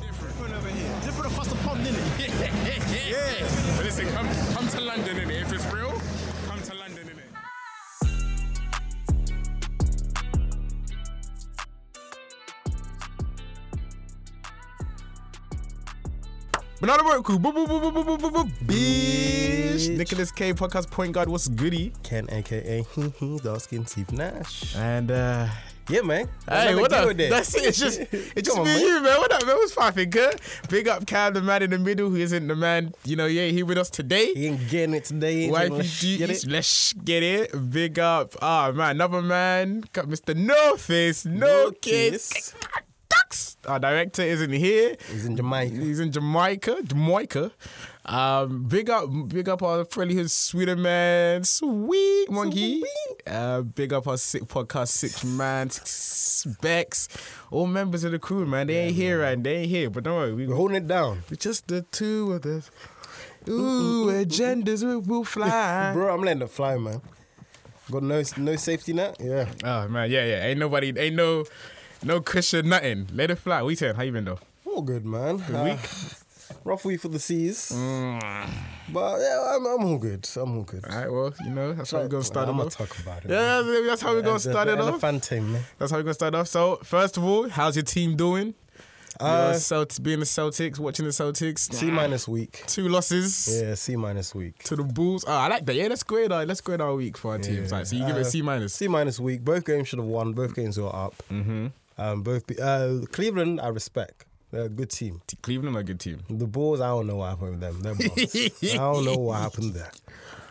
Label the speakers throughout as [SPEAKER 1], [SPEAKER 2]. [SPEAKER 1] different over here.
[SPEAKER 2] Different across the pond, didn't it?
[SPEAKER 1] Yes.
[SPEAKER 3] But listen, come come to London in If it's real, come to London in
[SPEAKER 2] Banana Boat Crew, boo, boo, boo, boo, boo, boo, boo, boo, bitch. Nicholas K, podcast point guard, what's goody?
[SPEAKER 1] Ken, aka dark skin Steve Nash.
[SPEAKER 2] And, uh,
[SPEAKER 1] Yeah, man.
[SPEAKER 2] hey,
[SPEAKER 1] Nothing
[SPEAKER 2] what
[SPEAKER 1] to do
[SPEAKER 2] up?
[SPEAKER 1] with that.
[SPEAKER 2] That's it. It's just, it's just
[SPEAKER 1] Come on,
[SPEAKER 2] me and
[SPEAKER 1] mate.
[SPEAKER 2] you, man. What up, man? What's poppin', good? Big up Cam, the man in the middle, who isn't the man, you know, yeah, he with us today.
[SPEAKER 1] He ain't getting it today. ain't
[SPEAKER 2] Wifey
[SPEAKER 1] gonna
[SPEAKER 2] duties,
[SPEAKER 1] get it.
[SPEAKER 2] let's get it. Big up. Ah, man, another man. Got Mr. No Face, No,
[SPEAKER 1] No
[SPEAKER 2] Kiss. Ah,
[SPEAKER 1] Kiss.
[SPEAKER 2] Ducks. Our director isn't here.
[SPEAKER 1] He's in Jamaica.
[SPEAKER 2] He's in Jamaica. Jamaica. Um, big up, big up our friendly who's Sweden man, sweet monkey. Uh, big up our sick podcast, six man, Specs. All members of the crew, man. They ain't here, right? They ain't here. But don't worry, we
[SPEAKER 1] We're holding it down.
[SPEAKER 2] we're just the two of us. Ooh, agendas we will fly.
[SPEAKER 1] Bro, I'm letting it fly, man. Got no no safety net? Yeah.
[SPEAKER 2] Oh man, yeah, yeah. Ain't nobody, ain't no, no cushion, nothing. Let it fly. We ten. How you been though?
[SPEAKER 1] All good, man. Uh,
[SPEAKER 2] week? Mm.
[SPEAKER 1] Rough week for the seas. But yeah, I'm, I'm all good. I'm all good.
[SPEAKER 2] All right, well, you know that's how we gonna start it
[SPEAKER 1] I'm gonna
[SPEAKER 2] off.
[SPEAKER 1] talk about it.
[SPEAKER 2] Yeah, that's- that's how we gonna
[SPEAKER 1] The-
[SPEAKER 2] start
[SPEAKER 1] the
[SPEAKER 2] it off.
[SPEAKER 1] Elephant team, man.
[SPEAKER 2] That's how we gonna start off. So first of all, how's your team doing? Uh,
[SPEAKER 1] Uh,
[SPEAKER 2] Celt- being the Celtics, watching the Celtics.
[SPEAKER 1] C minus week.
[SPEAKER 2] Two losses
[SPEAKER 1] Yeah, C minus week.
[SPEAKER 2] to the Bulls. Oh, I like that. Yeah, let's grade our let's grade our week for our teams. Like, so you give it a
[SPEAKER 1] Uh,
[SPEAKER 2] C minus.
[SPEAKER 1] C minus week. Both games should have won. Both games were up. Mm-hmm. Um, both be- uh, Cleveland, I respect. They're a good team.
[SPEAKER 2] Cleveland are a good team.
[SPEAKER 1] The Bulls, I don't know what happened with them. They're bums. I don't know what happened there.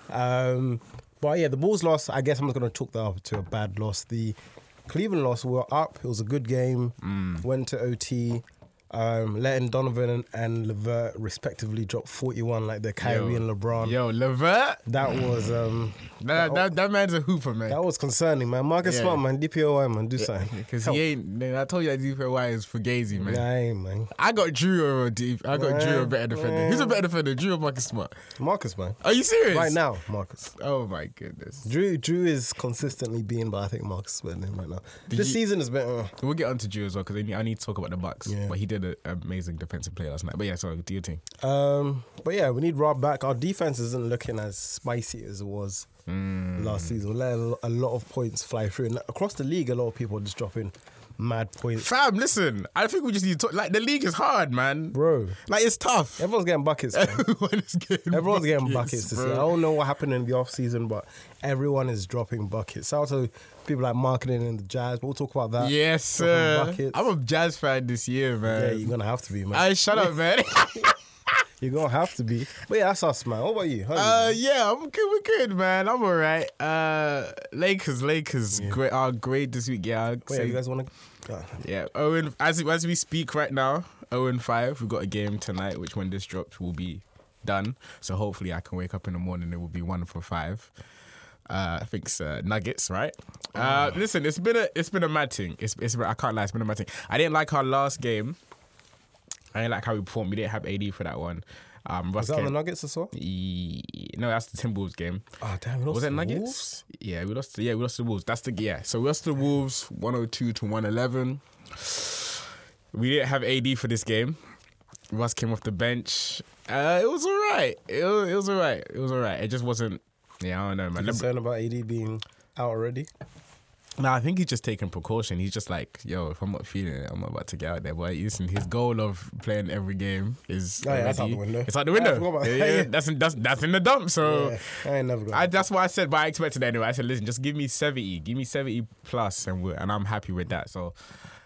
[SPEAKER 1] Um, but yeah, the Bulls loss. I guess I'm not going to chalk that up to a bad loss. The Cleveland loss were up. It was a good game.
[SPEAKER 2] Mm.
[SPEAKER 1] Went to OT. Um, letting Donovan and, and Levert respectively drop 41 like they're Kyrie and LeBron.
[SPEAKER 2] Yo, Levert.
[SPEAKER 1] That was um,
[SPEAKER 2] That, that, that man's a hooper, man.
[SPEAKER 1] that was concerning, man. Marcus
[SPEAKER 2] Yeah.
[SPEAKER 1] Smart, man. DPOY, man. Do something.
[SPEAKER 2] Because he ain't. man, I told you that DPY is fugazi, man.
[SPEAKER 1] Nah, I ain't, man.
[SPEAKER 2] I got Drew over deep. I got Drew a better defender. Who's a better defender, Drew or Marcus Smart?
[SPEAKER 1] Marcus, man.
[SPEAKER 2] Are you serious?
[SPEAKER 1] Right now, Marcus.
[SPEAKER 2] Oh my goodness.
[SPEAKER 1] Drew Drew is consistently being, but I think Marcus is better than him right now.
[SPEAKER 2] Did
[SPEAKER 1] this
[SPEAKER 2] you-
[SPEAKER 1] season has been. uh,
[SPEAKER 2] We'll get onto Drew as well because I need to talk about the Bucks.
[SPEAKER 1] Yeah.
[SPEAKER 2] But he did an amazing defensive play last night. But yeah, sorry, do your thing.
[SPEAKER 1] Um, but yeah, we need Rob back. Our defense isn't looking as spicy as it was
[SPEAKER 2] Hmm.
[SPEAKER 1] last season. We let a lo- a lot of points fly through, and across the league, a lot of people are just dropping mad points,
[SPEAKER 2] Fam, listen. I think we just need to talk. Like the league is hard, man.
[SPEAKER 1] bro.
[SPEAKER 2] Like it's tough.
[SPEAKER 1] Everyone's getting buckets. man.
[SPEAKER 2] Everyone is getting
[SPEAKER 1] Everyone's getting buckets this year. I
[SPEAKER 2] bro.
[SPEAKER 1] don't know what happened in the off season, but everyone is dropping buckets. Shout out to people like marketing and the Jazz. But we'll talk about that.
[SPEAKER 2] Yes,
[SPEAKER 1] Dropping
[SPEAKER 2] sir.
[SPEAKER 1] buckets.
[SPEAKER 2] I'm a jazz fan this year,
[SPEAKER 1] yeah,
[SPEAKER 2] man.
[SPEAKER 1] you're gonna have to be, man.
[SPEAKER 2] I shut up, man.
[SPEAKER 1] You're gonna have to be. But yeah, that's us, man. What about you? How you
[SPEAKER 2] Uh, yeah, I'm good. We're good, man. I'm all right. Uh, Lakers, Lakers, great. Our grade this week, yeah. I'd
[SPEAKER 1] Wait,
[SPEAKER 2] say-
[SPEAKER 1] you guys want to?
[SPEAKER 2] yeah, Owen. As as we speak right now, Owen five. We've got a game tonight, which when this drops will be done. So hopefully, I can wake up in the morning. It will be one for five. Uh, I think it's, uh, Nuggets, right?
[SPEAKER 1] Ah.
[SPEAKER 2] Uh, listen, it's been a it's been a mad thing. It's it's I can't lie, it's been a mad thing. I didn't like our last game. I didn't like how we performed. We didn't have AD for that one. Um, Russ
[SPEAKER 1] Is that on
[SPEAKER 2] came-
[SPEAKER 1] the Nuggets as well?
[SPEAKER 2] Ye- no, that's the Timberwolves game.
[SPEAKER 1] Oh damn! We lost
[SPEAKER 2] Was
[SPEAKER 1] to
[SPEAKER 2] it
[SPEAKER 1] the
[SPEAKER 2] Nuggets?
[SPEAKER 1] Wolves?
[SPEAKER 2] Yeah, we lost. To, yeah, we lost to the Wolves. That's the yeah. So we lost to the Wolves, one hundred two to one eleven. We didn't have AD for this game. Russ came off the bench. Uh, it was all right. It was, it was all right. It was all right. It just wasn't. Yeah, I don't know, man. Lebr-
[SPEAKER 1] Concerned about AD being out already.
[SPEAKER 2] Nah, I think he's just taking precaution. He's just like, yo, if I'm not feeling it, I'm not about to get out there. But listen, his goal of playing every game is
[SPEAKER 1] Oh, yeah, that's out the
[SPEAKER 2] already-
[SPEAKER 1] window.
[SPEAKER 2] It's out the
[SPEAKER 1] Yeah, I
[SPEAKER 2] window.
[SPEAKER 1] forgot about
[SPEAKER 2] yeah,
[SPEAKER 1] that.
[SPEAKER 2] yeah, that's in, that's that's in the dump. So
[SPEAKER 1] Yeah, I ain't never gonna.
[SPEAKER 2] I, that's why I said, but I expected that anyway. I said, listen, just give me 70, give me 70 plus, and we're, and I'm happy with that. So,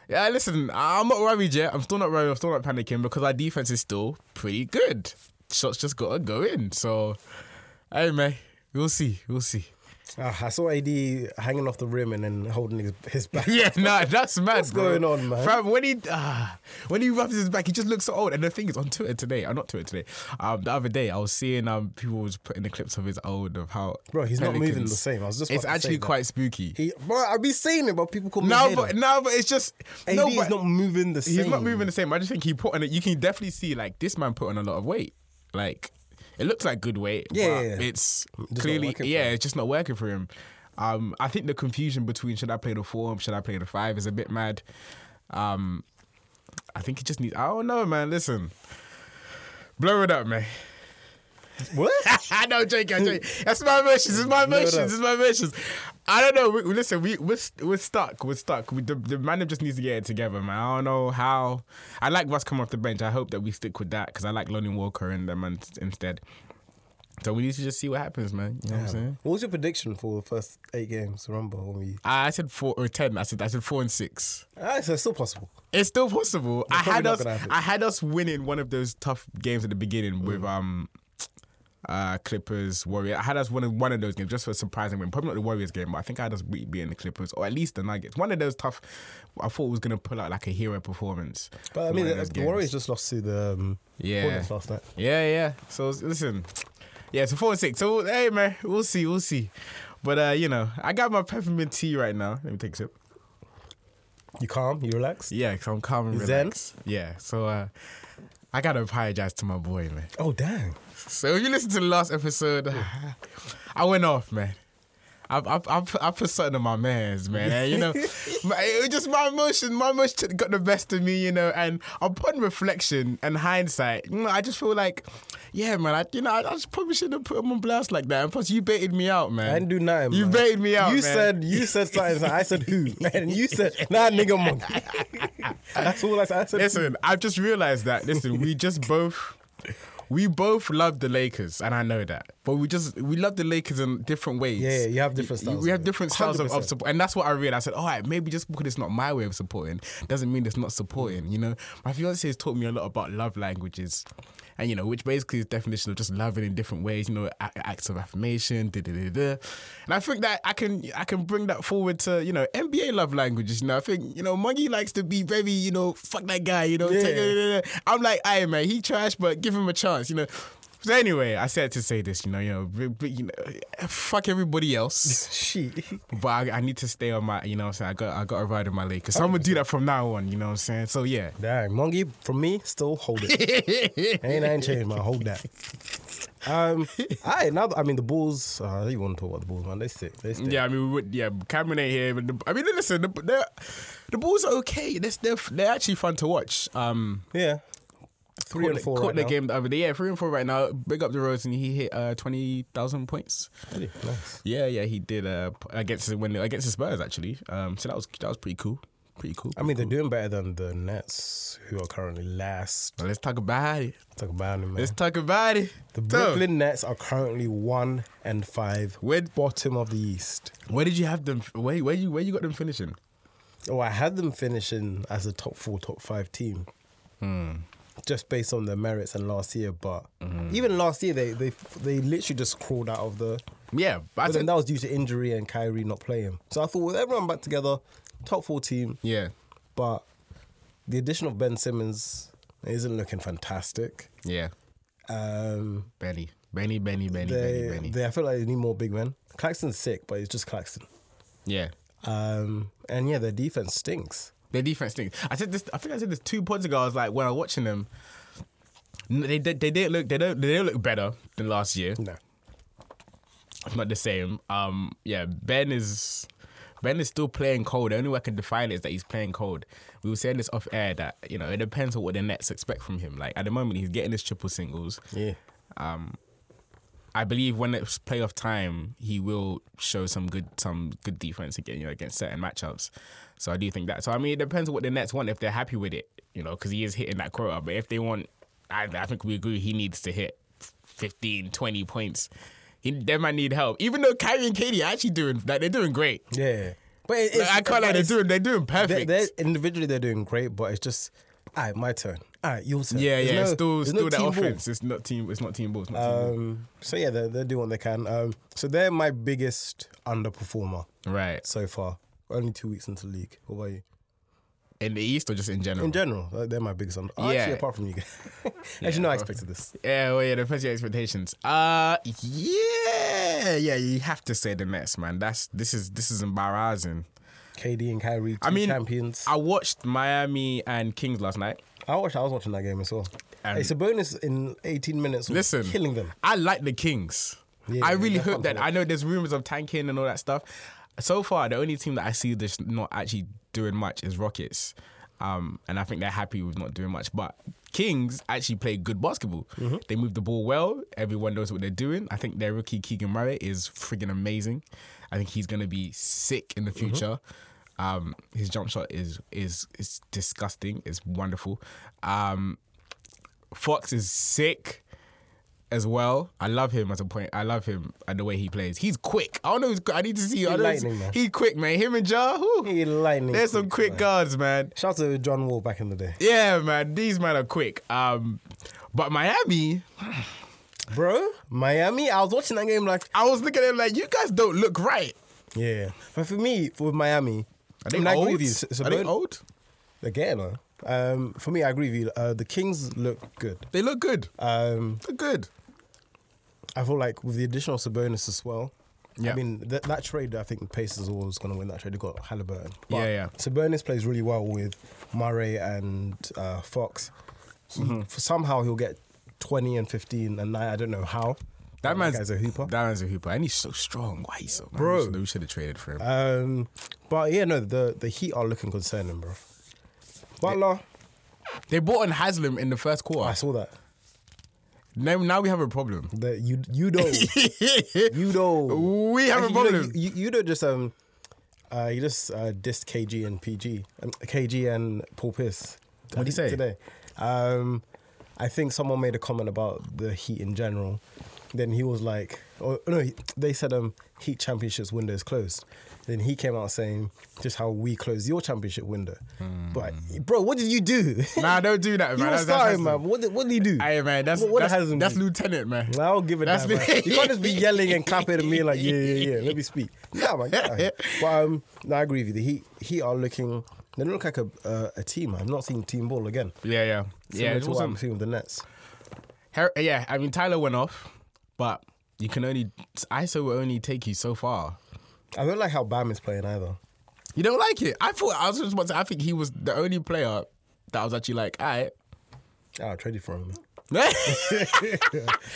[SPEAKER 2] yeah, listen, I'm not worried yet. I'm still not worried. I'm still not panicking because our defense is still pretty good. Shots just gotta go in. So, hey man, we'll see, we'll see.
[SPEAKER 1] Ah, I saw AD hanging off the rim and then holding his, his back.
[SPEAKER 2] Yeah, nah, that's mad.
[SPEAKER 1] What's
[SPEAKER 2] bro.
[SPEAKER 1] going on, man?
[SPEAKER 2] Fam, when he ah, when he rubs his back, he just looks so old. And the thing is, on Twitter today, uh, not Twitter today, um, the other day, I was seeing um people was putting the clips of his old of how
[SPEAKER 1] Bro, he's not moving
[SPEAKER 2] Pelicans-
[SPEAKER 1] the same. I was just about
[SPEAKER 2] It's
[SPEAKER 1] to say
[SPEAKER 2] actually
[SPEAKER 1] that.
[SPEAKER 2] quite spooky.
[SPEAKER 1] He, bro, I be saying it, but people call me.
[SPEAKER 2] No,
[SPEAKER 1] a hater.
[SPEAKER 2] but no, but it's just
[SPEAKER 1] AD
[SPEAKER 2] no,
[SPEAKER 1] is
[SPEAKER 2] but
[SPEAKER 1] not moving the same.
[SPEAKER 2] he's not moving the same. I just think he put on it. You can definitely see like this man put on a lot of weight. Like it looks like good weight.
[SPEAKER 1] Yeah,
[SPEAKER 2] but
[SPEAKER 1] yeah, yeah.
[SPEAKER 2] it's
[SPEAKER 1] not
[SPEAKER 2] clearly
[SPEAKER 1] working for
[SPEAKER 2] yeah, it's just not working for him. Um, I think the confusion between should I play the four, should I play the five is a bit mad. Um, I think he just needs. I don't know, man. Listen, blow it up, man.
[SPEAKER 1] What?
[SPEAKER 2] I know, Jake. I know. That's my emotions. It's my
[SPEAKER 1] Blow it
[SPEAKER 2] emotions.
[SPEAKER 1] up.
[SPEAKER 2] It's my emotions. I don't know. We, we- listen, we we're, st- we're stuck. We're stuck. We, the, the manager just needs to get it together, man. I don't know how. I like Russ coming off the bench. I hope that we stick with that because I like Lonnie Walker and them in- instead. So we need to just see what happens, man. You know what I'm saying?
[SPEAKER 1] What was your prediction for the first eight games? Remember when we?
[SPEAKER 2] I I said four or ten. I said I said four and six.
[SPEAKER 1] Ah, so it's still possible.
[SPEAKER 2] It's still possible. I
[SPEAKER 1] probably
[SPEAKER 2] had
[SPEAKER 1] not
[SPEAKER 2] us.
[SPEAKER 1] gonna happen. Mm.
[SPEAKER 2] I had us winning one of those tough games at the beginning with um, uh, Clippers Warriors. I had us winning one of those games just for a surprising win. Probably not the Warriors game, but I think I had us be- beating the Clippers or at least the Nuggets. One of those tough. I thought was gonna pull out like a hero performance.
[SPEAKER 1] But I
[SPEAKER 2] in
[SPEAKER 1] mean,
[SPEAKER 2] one of
[SPEAKER 1] the,
[SPEAKER 2] those
[SPEAKER 1] the
[SPEAKER 2] games.
[SPEAKER 1] Warriors just lost to the um,
[SPEAKER 2] Yeah.
[SPEAKER 1] Hornets last night.
[SPEAKER 2] Yeah, yeah. So s- listen, yeah. So four and six. So hey, man, we'll see, we'll see. But uh, you know, I got my peppermint tea right now. Let me take a sip.
[SPEAKER 1] You calm? You relaxed?
[SPEAKER 2] Yeah, so I'm calm and
[SPEAKER 1] You zen?
[SPEAKER 2] relaxed. Yeah. So uh, I gotta apologize to my boy, man.
[SPEAKER 1] Oh dang!
[SPEAKER 2] So if you listen to the last episode, I went off, man. I, I, I, put- I put something on my man's, man. And, you know, my- it was just my emotion. My emotion got the best of me, you know. And upon reflection and hindsight, mm, I just feel like, yeah, man. I, you know, I, I just probably shouldn't have put him on blast like that. And plus, you baited me out, man.
[SPEAKER 1] I didn't do nothing.
[SPEAKER 2] You
[SPEAKER 1] man.
[SPEAKER 2] baited me out.
[SPEAKER 1] You
[SPEAKER 2] man.
[SPEAKER 1] said you said something. so I said who? And you said nah, nigga monkey. That's all I said. I said who.
[SPEAKER 2] Listen, I've just realized that. Listen, we just both. We both love the Lakers, and I know that. But we just we love the Lakers in different ways.
[SPEAKER 1] Yeah, yeah, you have different
[SPEAKER 2] You-
[SPEAKER 1] styles
[SPEAKER 2] We
[SPEAKER 1] of
[SPEAKER 2] have
[SPEAKER 1] it.
[SPEAKER 2] different styles of, of
[SPEAKER 1] 100%.
[SPEAKER 2] support, and that's what I realized. I said, all right, maybe just because it's not my way of supporting doesn't mean it's not supporting. You know, my fiance has taught me a lot about love languages, and you know, which basically is definition of just loving in different ways. You know, a- acts of affirmation, da da da da. And I think that I can I can bring that forward to you know NBA love languages. You know, I think you know Muggy likes to be very you know fuck that guy. You know, take-
[SPEAKER 1] Yeah.
[SPEAKER 2] I'm like, hey man, he trash, but give him a chance, you know. So anyway, I said to say this, you know, you know, b- b- you know fuck everybody else,
[SPEAKER 1] Shit.
[SPEAKER 2] but I, I need to stay on my, you know, what I'm saying I got I got to ride on my Lakers. So I'm gonna do that from now on, you know what I'm saying? So yeah,
[SPEAKER 1] Dang, monkey. From me, still hold it. ain't I ain't changed man. Hold that. Um, I now I mean the Bulls. Uh, I don't even want to talk about the Bulls, man. They sick. They sick.
[SPEAKER 2] yeah, I mean, we, would- yeah, Cameron ain't here, but the, I mean, listen, the, the, the Bulls are okay. They're, they're they're actually fun to watch. Um,
[SPEAKER 1] yeah. Three
[SPEAKER 2] caught
[SPEAKER 1] and
[SPEAKER 2] the-
[SPEAKER 1] four
[SPEAKER 2] caught
[SPEAKER 1] right
[SPEAKER 2] the
[SPEAKER 1] now.
[SPEAKER 2] game the other day. Yeah, three and four right now. Big up the roads, and he hit uh, twenty thousand points.
[SPEAKER 1] Really? Nice.
[SPEAKER 2] Yeah, yeah, he did uh, p- against the when against the Spurs actually. Um, so that was that was pretty cool, pretty cool.
[SPEAKER 1] I mean, they're doing better than the Nets, who are currently last.
[SPEAKER 2] Now let's talk about it.
[SPEAKER 1] Talk about them, man.
[SPEAKER 2] Let's talk about it.
[SPEAKER 1] The
[SPEAKER 2] So,
[SPEAKER 1] Brooklyn Nets are currently one and five,
[SPEAKER 2] Where-
[SPEAKER 1] bottom of the East.
[SPEAKER 2] where did you have them? Where where you where you got them finishing?
[SPEAKER 1] Oh, I had them finishing as a top four, top five team,
[SPEAKER 2] Hmm.
[SPEAKER 1] just based on their merits and last year. But
[SPEAKER 2] Mm-hmm.
[SPEAKER 1] even last year, they they they literally just crawled out of the.
[SPEAKER 2] Yeah, but
[SPEAKER 1] But
[SPEAKER 2] I
[SPEAKER 1] then
[SPEAKER 2] said,
[SPEAKER 1] that was due to injury and Kyrie not playing. So I thought with everyone back together, top four team.
[SPEAKER 2] yeah,
[SPEAKER 1] But the addition of Ben Simmons isn't looking fantastic.
[SPEAKER 2] yeah.
[SPEAKER 1] Um,
[SPEAKER 2] Benny, Benny, Benny, Benny, Benny,
[SPEAKER 1] they,
[SPEAKER 2] Benny.
[SPEAKER 1] they, I feel like they need more big men. Claxton's sick, but it's just Claxton.
[SPEAKER 2] yeah.
[SPEAKER 1] Um, and yeah, their defense stinks.
[SPEAKER 2] Their defense stinks. I said this. I think I said this two pods ago. I was like, when I was watching them, n- they did- they didn't look they don't they don't look better than last year.
[SPEAKER 1] No.
[SPEAKER 2] It's not the same. Um, yeah, Ben is Ben is still playing cold. The only way I can define it is that he's playing cold. We were saying this off air that you know it depends on what the Nets expect from him. Like at the moment, he's getting his triple singles.
[SPEAKER 1] Yeah.
[SPEAKER 2] I believe when it's playoff time, he will show some good some good defense again, you know, against certain matchups. So I do think that. So I mean, it depends what the Nets want if they're happy with it, you know, because he is hitting that quota. But if they want, I, I think we agree he needs to hit 15, 20 points. He, they might need help, even though Kyrie and Katie are actually doing like they're doing great.
[SPEAKER 1] Yeah. But it-
[SPEAKER 2] Like,
[SPEAKER 1] it's,
[SPEAKER 2] I can't lie, they're
[SPEAKER 1] it's-
[SPEAKER 2] doing they're doing
[SPEAKER 1] They're,
[SPEAKER 2] perfect.
[SPEAKER 1] they're- individually, they're doing great, but it's just, all right, my turn. All right, your turn.
[SPEAKER 2] yeah,
[SPEAKER 1] There's
[SPEAKER 2] yeah, it's
[SPEAKER 1] no-
[SPEAKER 2] still
[SPEAKER 1] there's no
[SPEAKER 2] still that
[SPEAKER 1] team ball.
[SPEAKER 2] offense. It's not team. It's not team ball. It's not team ball.
[SPEAKER 1] Um, so yeah, they're, they're doing what they can. Um, so they're my biggest underperformer
[SPEAKER 2] Right
[SPEAKER 1] so far. Only two weeks into the league. What about you?
[SPEAKER 2] in the East or just in general?
[SPEAKER 1] In general, uh, they're my biggest under. oh,
[SPEAKER 2] Yeah.
[SPEAKER 1] Actually, apart from you guys. Actually, no, I expected this.
[SPEAKER 2] Yeah, well, yeah, depends on your expectations. Uh, yeah, yeah, you have to say the Nets, man. That's this is this is embarrassing.
[SPEAKER 1] KD and Kyrie, two
[SPEAKER 2] I mean,
[SPEAKER 1] champions.
[SPEAKER 2] I watched Miami and Kings last night.
[SPEAKER 1] I watched. I was watching that game as well.
[SPEAKER 2] And-
[SPEAKER 1] it's a bonus in 18 minutes. was
[SPEAKER 2] Listen,
[SPEAKER 1] killing them.
[SPEAKER 2] I like the Kings.
[SPEAKER 1] Yeah,
[SPEAKER 2] I
[SPEAKER 1] yeah,
[SPEAKER 2] really
[SPEAKER 1] they're
[SPEAKER 2] hope
[SPEAKER 1] fun
[SPEAKER 2] that
[SPEAKER 1] to
[SPEAKER 2] I know there's rumors of tanking and all that stuff. So far, the only team that I see that's not actually doing much is Rockets. Um, and I think they're happy with not doing much. But Kings actually play good basketball.
[SPEAKER 1] Mm-hmm.
[SPEAKER 2] They move the ball well. Everyone knows what they're doing. I think their rookie Keegan Murray is friggin' amazing. I think he's gonna be sick in the
[SPEAKER 1] Mm-hmm.
[SPEAKER 2] future. Um, his jump shot is is is disgusting. It's wonderful. Um, Fox is sick as well. I love him as a point. I love him and the way he plays. He's quick. I don't know. He's, I need to see. I don't know he's-
[SPEAKER 1] lightning, man.
[SPEAKER 2] He quick, man. Him and Ja. whew.
[SPEAKER 1] He lightning
[SPEAKER 2] There's some
[SPEAKER 1] quick,
[SPEAKER 2] quick guards, man.
[SPEAKER 1] Shout out to John Wall back in the day,
[SPEAKER 2] Yeah, man. These men are quick. Um, but Miami,
[SPEAKER 1] bro. Miami. I was watching that game like,
[SPEAKER 2] I was looking at them like, you guys don't look right.
[SPEAKER 1] yeah. But for me, for Miami,
[SPEAKER 2] Are they
[SPEAKER 1] I mean, I agree
[SPEAKER 2] old?
[SPEAKER 1] with you. It's- it's a
[SPEAKER 2] are they
[SPEAKER 1] bird-
[SPEAKER 2] old?
[SPEAKER 1] They're getting on. Um, for me, I agree with you. Uh, the Kings look good.
[SPEAKER 2] They look good.
[SPEAKER 1] Um,
[SPEAKER 2] They're good.
[SPEAKER 1] I feel like with the additional Sabonis as well.
[SPEAKER 2] Yeah.
[SPEAKER 1] I mean that that trade. I think the Pacers are always going to win that trade. They got Halliburton.
[SPEAKER 2] Yeah, yeah.
[SPEAKER 1] Sabonis plays really well with Murray and uh, Fox. He,
[SPEAKER 2] Mm-hmm.
[SPEAKER 1] for somehow he'll get twenty and fifteen and nine. I don't know how.
[SPEAKER 2] That man's
[SPEAKER 1] oh, guy's a hooper.
[SPEAKER 2] That man's a hooper, and he's so strong. Why he's so?
[SPEAKER 1] Bro.
[SPEAKER 2] man, we should have traded for him.
[SPEAKER 1] um, but yeah, no, the the Heat are looking concerning, bro. Butler,
[SPEAKER 2] they bought on Haslam in the first
[SPEAKER 1] I
[SPEAKER 2] quarter.
[SPEAKER 1] saw that.
[SPEAKER 2] Now, now we have a problem.
[SPEAKER 1] That you you don't you don't.
[SPEAKER 2] we have a
[SPEAKER 1] Actually, you know,
[SPEAKER 2] problem.
[SPEAKER 1] You, you, you don't just um, uh, you just uh, dissed KG and PG, um, KG and Paul Pierce.
[SPEAKER 2] What did he say?
[SPEAKER 1] today? Um, I think someone made a comment about the Heat in general. Then he was like, "Oh no!" he- They said um, Heat championships window is closed. Then he came out saying just how we closed your championship window. But bro, what did you do?
[SPEAKER 2] Hmm. nah, don't do that, man.
[SPEAKER 1] you were
[SPEAKER 2] That's- that's
[SPEAKER 1] starting,
[SPEAKER 2] Haslam.
[SPEAKER 1] man. What did, what did he do?
[SPEAKER 2] Hey man, that's
[SPEAKER 1] What- what
[SPEAKER 2] that's,
[SPEAKER 1] hasn't
[SPEAKER 2] that's
[SPEAKER 1] been?
[SPEAKER 2] lieutenant man.
[SPEAKER 1] Nah, I'll give it
[SPEAKER 2] That's
[SPEAKER 1] that. man.
[SPEAKER 2] li-
[SPEAKER 1] You can't just be yelling and clapping at me like, yeah, yeah, yeah. Let me speak. Nah, man. Get out of here. But um, no, I agree with you. The Heat, Heat are looking. They don't look like a uh, a team. I'm not seeing team ball again.
[SPEAKER 2] Yeah, yeah, yeah.
[SPEAKER 1] Similar
[SPEAKER 2] It
[SPEAKER 1] to what I'm
[SPEAKER 2] wasn't,
[SPEAKER 1] seeing with the Nets.
[SPEAKER 2] Her- yeah, I mean Tyler went off, but you can only ISO will only take you so far.
[SPEAKER 1] I don't like how Bam is playing either.
[SPEAKER 2] You don't like it. I thought I was just about to. I think he was the only player that was actually like, all
[SPEAKER 1] Oh, I traded for him.
[SPEAKER 2] right.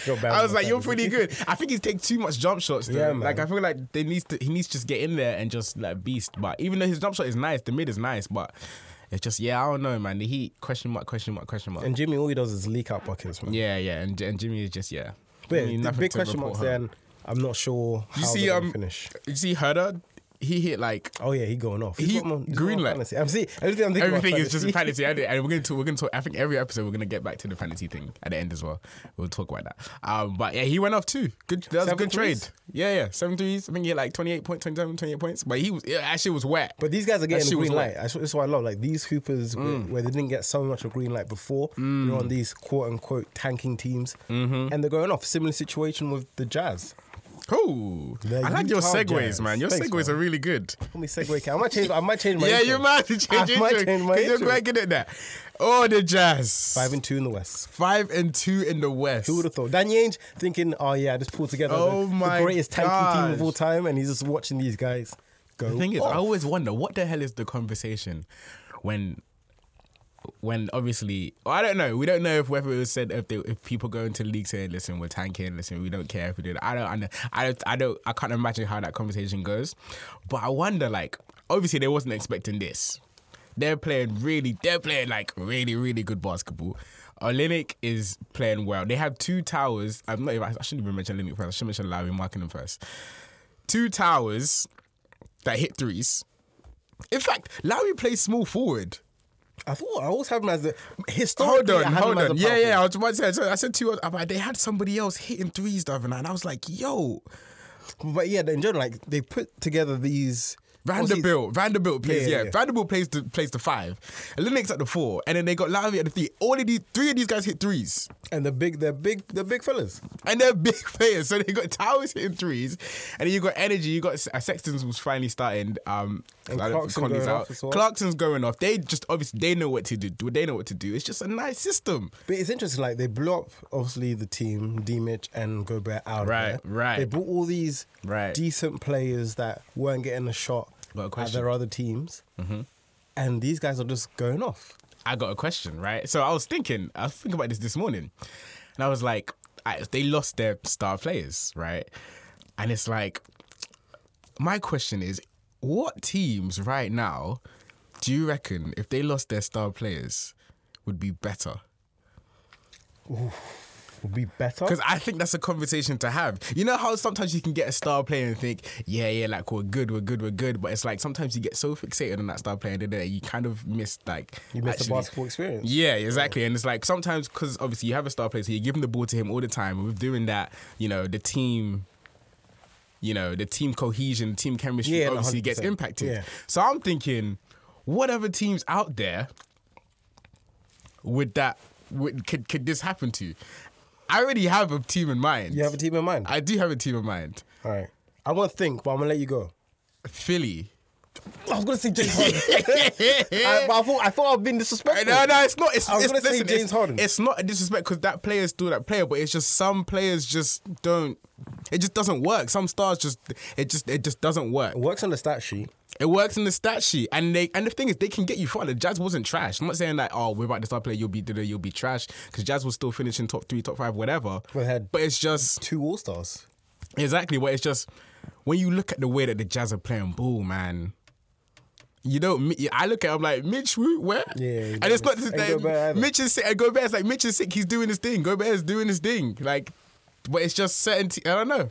[SPEAKER 1] Yo, Bam
[SPEAKER 2] I was
[SPEAKER 1] on
[SPEAKER 2] like, you're
[SPEAKER 1] Saturday.
[SPEAKER 2] pretty good. I think he's taking too much jump shots. Though.
[SPEAKER 1] Yeah, man.
[SPEAKER 2] Like I feel like they needs to he needs to just get in there and just like beast. But even though his jump shot is nice, the mid is nice, but it's just yeah, I don't know, man. The heat question mark, question mark, question mark.
[SPEAKER 1] And Jimmy, all he does is leak out buckets, man.
[SPEAKER 2] yeah, yeah, and, and Jimmy is just yeah.
[SPEAKER 1] But
[SPEAKER 2] I mean,
[SPEAKER 1] the
[SPEAKER 2] nothing
[SPEAKER 1] big
[SPEAKER 2] to
[SPEAKER 1] question
[SPEAKER 2] report
[SPEAKER 1] marks
[SPEAKER 2] her.
[SPEAKER 1] there. and I'm not sure how
[SPEAKER 2] You
[SPEAKER 1] they're
[SPEAKER 2] see,
[SPEAKER 1] gonna
[SPEAKER 2] um,
[SPEAKER 1] finish.
[SPEAKER 2] you see Herder, he hit like
[SPEAKER 1] Oh yeah, he going off. He's
[SPEAKER 2] he-
[SPEAKER 1] got more- he's got
[SPEAKER 2] green
[SPEAKER 1] more
[SPEAKER 2] light.
[SPEAKER 1] fantasy. I'm see everything. I'm thinking about
[SPEAKER 2] everything is just
[SPEAKER 1] fantasy.
[SPEAKER 2] fantasy, and and we're gonna talk, we're gonna talk. I think every episode we're gonna get back to the fantasy thing at the end as well. We'll talk about that. Um, but yeah, he went off too. Good, that was a
[SPEAKER 1] Seven
[SPEAKER 2] good
[SPEAKER 1] threes?
[SPEAKER 2] trade. Yeah, yeah, seven threes. I think he had like 28 points, 27, 28 points. But he was it actually was wet.
[SPEAKER 1] But these guys are getting
[SPEAKER 2] shit was Mm.
[SPEAKER 1] green
[SPEAKER 2] wet.
[SPEAKER 1] light. That's, that's what I love. Like these hoopers, where- where, they didn't get so much of green light before,
[SPEAKER 2] Mm.
[SPEAKER 1] they're on these quote unquote tanking teams,
[SPEAKER 2] Mm-hmm.
[SPEAKER 1] and they're going off. Similar situation with the Jazz.
[SPEAKER 2] Ooh,
[SPEAKER 1] The
[SPEAKER 2] I like your
[SPEAKER 1] Utah
[SPEAKER 2] segues,
[SPEAKER 1] Jazz.
[SPEAKER 2] man. Your
[SPEAKER 1] Thanks,
[SPEAKER 2] segues
[SPEAKER 1] man.
[SPEAKER 2] are really good.
[SPEAKER 1] Let me segue. I might change. I might change my.
[SPEAKER 2] yeah,
[SPEAKER 1] intro.
[SPEAKER 2] you might change
[SPEAKER 1] I
[SPEAKER 2] your
[SPEAKER 1] might
[SPEAKER 2] intro,
[SPEAKER 1] change my
[SPEAKER 2] 'cause You're
[SPEAKER 1] intro.
[SPEAKER 2] quite good at that. Oh, the Jazz.
[SPEAKER 1] Five and two in the West.
[SPEAKER 2] Five and two in the West.
[SPEAKER 1] Who would have thought? Danny Ainge thinking, "Oh yeah, I just pulled together the-
[SPEAKER 2] Oh
[SPEAKER 1] the,
[SPEAKER 2] my
[SPEAKER 1] greatest tanking team of
[SPEAKER 2] gosh.
[SPEAKER 1] all time," and he's just watching these guys go.
[SPEAKER 2] The thing is,
[SPEAKER 1] off.
[SPEAKER 2] I always wonder what the hell is the conversation when, when obviously I don't know. We don't know if whether it was said if they, if people go into the league saying, "Listen, we're tanking. Listen, we don't care if we do." That. I don't. I don't. I don't. I, don't, I can't imagine how that conversation goes. But I wonder, like, obviously they wasn't expecting this. They're playing really. They're playing like really, really good basketball. Olenek is playing well. They have two towers. I'm not even. I shouldn't even mention Olenek first. I should mention Larry marking him first. Two towers that hit threes. In fact, Lowry plays small forward.
[SPEAKER 1] I thought I always have him as the
[SPEAKER 2] Hold
[SPEAKER 1] historically.
[SPEAKER 2] on,
[SPEAKER 1] Oh, I had
[SPEAKER 2] hold
[SPEAKER 1] him as a
[SPEAKER 2] on.
[SPEAKER 1] power
[SPEAKER 2] Yeah, yeah. I
[SPEAKER 1] forward.
[SPEAKER 2] was about to say. I said- I said two. But they had somebody else hitting threes the other night, and I was like, "Yo,
[SPEAKER 1] But yeah, in general, like they put together these.
[SPEAKER 2] Vanderbilt, Vanderbilt
[SPEAKER 1] Oh,
[SPEAKER 2] plays.
[SPEAKER 1] Yeah,
[SPEAKER 2] Yeah,
[SPEAKER 1] yeah, yeah.
[SPEAKER 2] Vanderbilt plays the plays the five. And Linux at the four, and then they got Lowry at the three. All of these, three of these guys hit threes.
[SPEAKER 1] and the big, they're big, they're big fellas.
[SPEAKER 2] And they're big players. So they got Towers hitting threes. And then you got energy. You got uh, Sexton's was finally starting. Um,
[SPEAKER 1] And
[SPEAKER 2] I don't-
[SPEAKER 1] Clarkson
[SPEAKER 2] Conley's
[SPEAKER 1] going off as well.
[SPEAKER 2] Clarkson's going off. They just obviously they know what to do. They know what to do. It's just a nice system.
[SPEAKER 1] But it's interesting, like they blew up obviously the team, Dimitri and Gobert out. of
[SPEAKER 2] Right,
[SPEAKER 1] there.
[SPEAKER 2] right.
[SPEAKER 1] They brought all these
[SPEAKER 2] Right.
[SPEAKER 1] decent players that weren't getting a shot
[SPEAKER 2] Got a
[SPEAKER 1] at
[SPEAKER 2] question. Mm-hmm.
[SPEAKER 1] their other teams, and these guys are just going off.
[SPEAKER 2] I got a question, right? So I was thinking, I was thinking about this this morning, and I was like, I, they lost their star players, right? And it's like, my question is, what teams right now Do you reckon if they lost their star players, would be better?
[SPEAKER 1] Would be better.
[SPEAKER 2] Because I think that's a conversation to have. You know how sometimes you can get a star player and think, yeah, yeah, like we're good, we're good, we're good. But it's like sometimes you get so fixated on that star player that you kind of miss like
[SPEAKER 1] You missed the
[SPEAKER 2] actually-
[SPEAKER 1] basketball experience.
[SPEAKER 2] Yeah, exactly. And it's like sometimes because obviously you have a star player, so you give him the ball to him all the time. With doing that, you know the team. You know the team cohesion, team chemistry
[SPEAKER 1] Yeah, no,
[SPEAKER 2] obviously gets
[SPEAKER 1] 100%.
[SPEAKER 2] impacted.
[SPEAKER 1] Yeah.
[SPEAKER 2] So I'm thinking, whatever teams out there would that would, could could this happen to? I already have a team in mind.
[SPEAKER 1] You have a team in mind.
[SPEAKER 2] I do have a team in mind.
[SPEAKER 1] All right. I want to think, but I'm gonna let you go.
[SPEAKER 2] Philly.
[SPEAKER 1] I was gonna say James Harden. I, but I thought I thought I've been disrespectful.
[SPEAKER 2] No, no, it's not. It's,
[SPEAKER 1] I was
[SPEAKER 2] it's,
[SPEAKER 1] gonna say
[SPEAKER 2] listen,
[SPEAKER 1] James
[SPEAKER 2] it's,
[SPEAKER 1] Harden.
[SPEAKER 2] It's not a disrespect because that player is still that player, but it's just some players just don't. It just doesn't work. Some stars just it just it just doesn't work.
[SPEAKER 1] It works on the stat sheet.
[SPEAKER 2] It works in the stat sheet, and they and the thing is, they can get you far. The Jazz wasn't trash. I'm not saying like, oh, without the star player, you'll be da-da, you'll be trash because Jazz was still finishing top three, top five, whatever.
[SPEAKER 1] We had-
[SPEAKER 2] but it's just
[SPEAKER 1] Two All Stars.
[SPEAKER 2] Exactly, but it's just when you look at the way that the Jazz are playing ball, man. You don't. mi- I look at him like Mitch. Who, where?
[SPEAKER 1] Yeah,
[SPEAKER 2] and it's not just
[SPEAKER 1] and
[SPEAKER 2] that
[SPEAKER 1] Gobert either.
[SPEAKER 2] Mitch is sick. And Gobert's like Mitch is sick. He's doing his thing. Gobert's doing his thing. Like, but it's just certain. T- I don't know.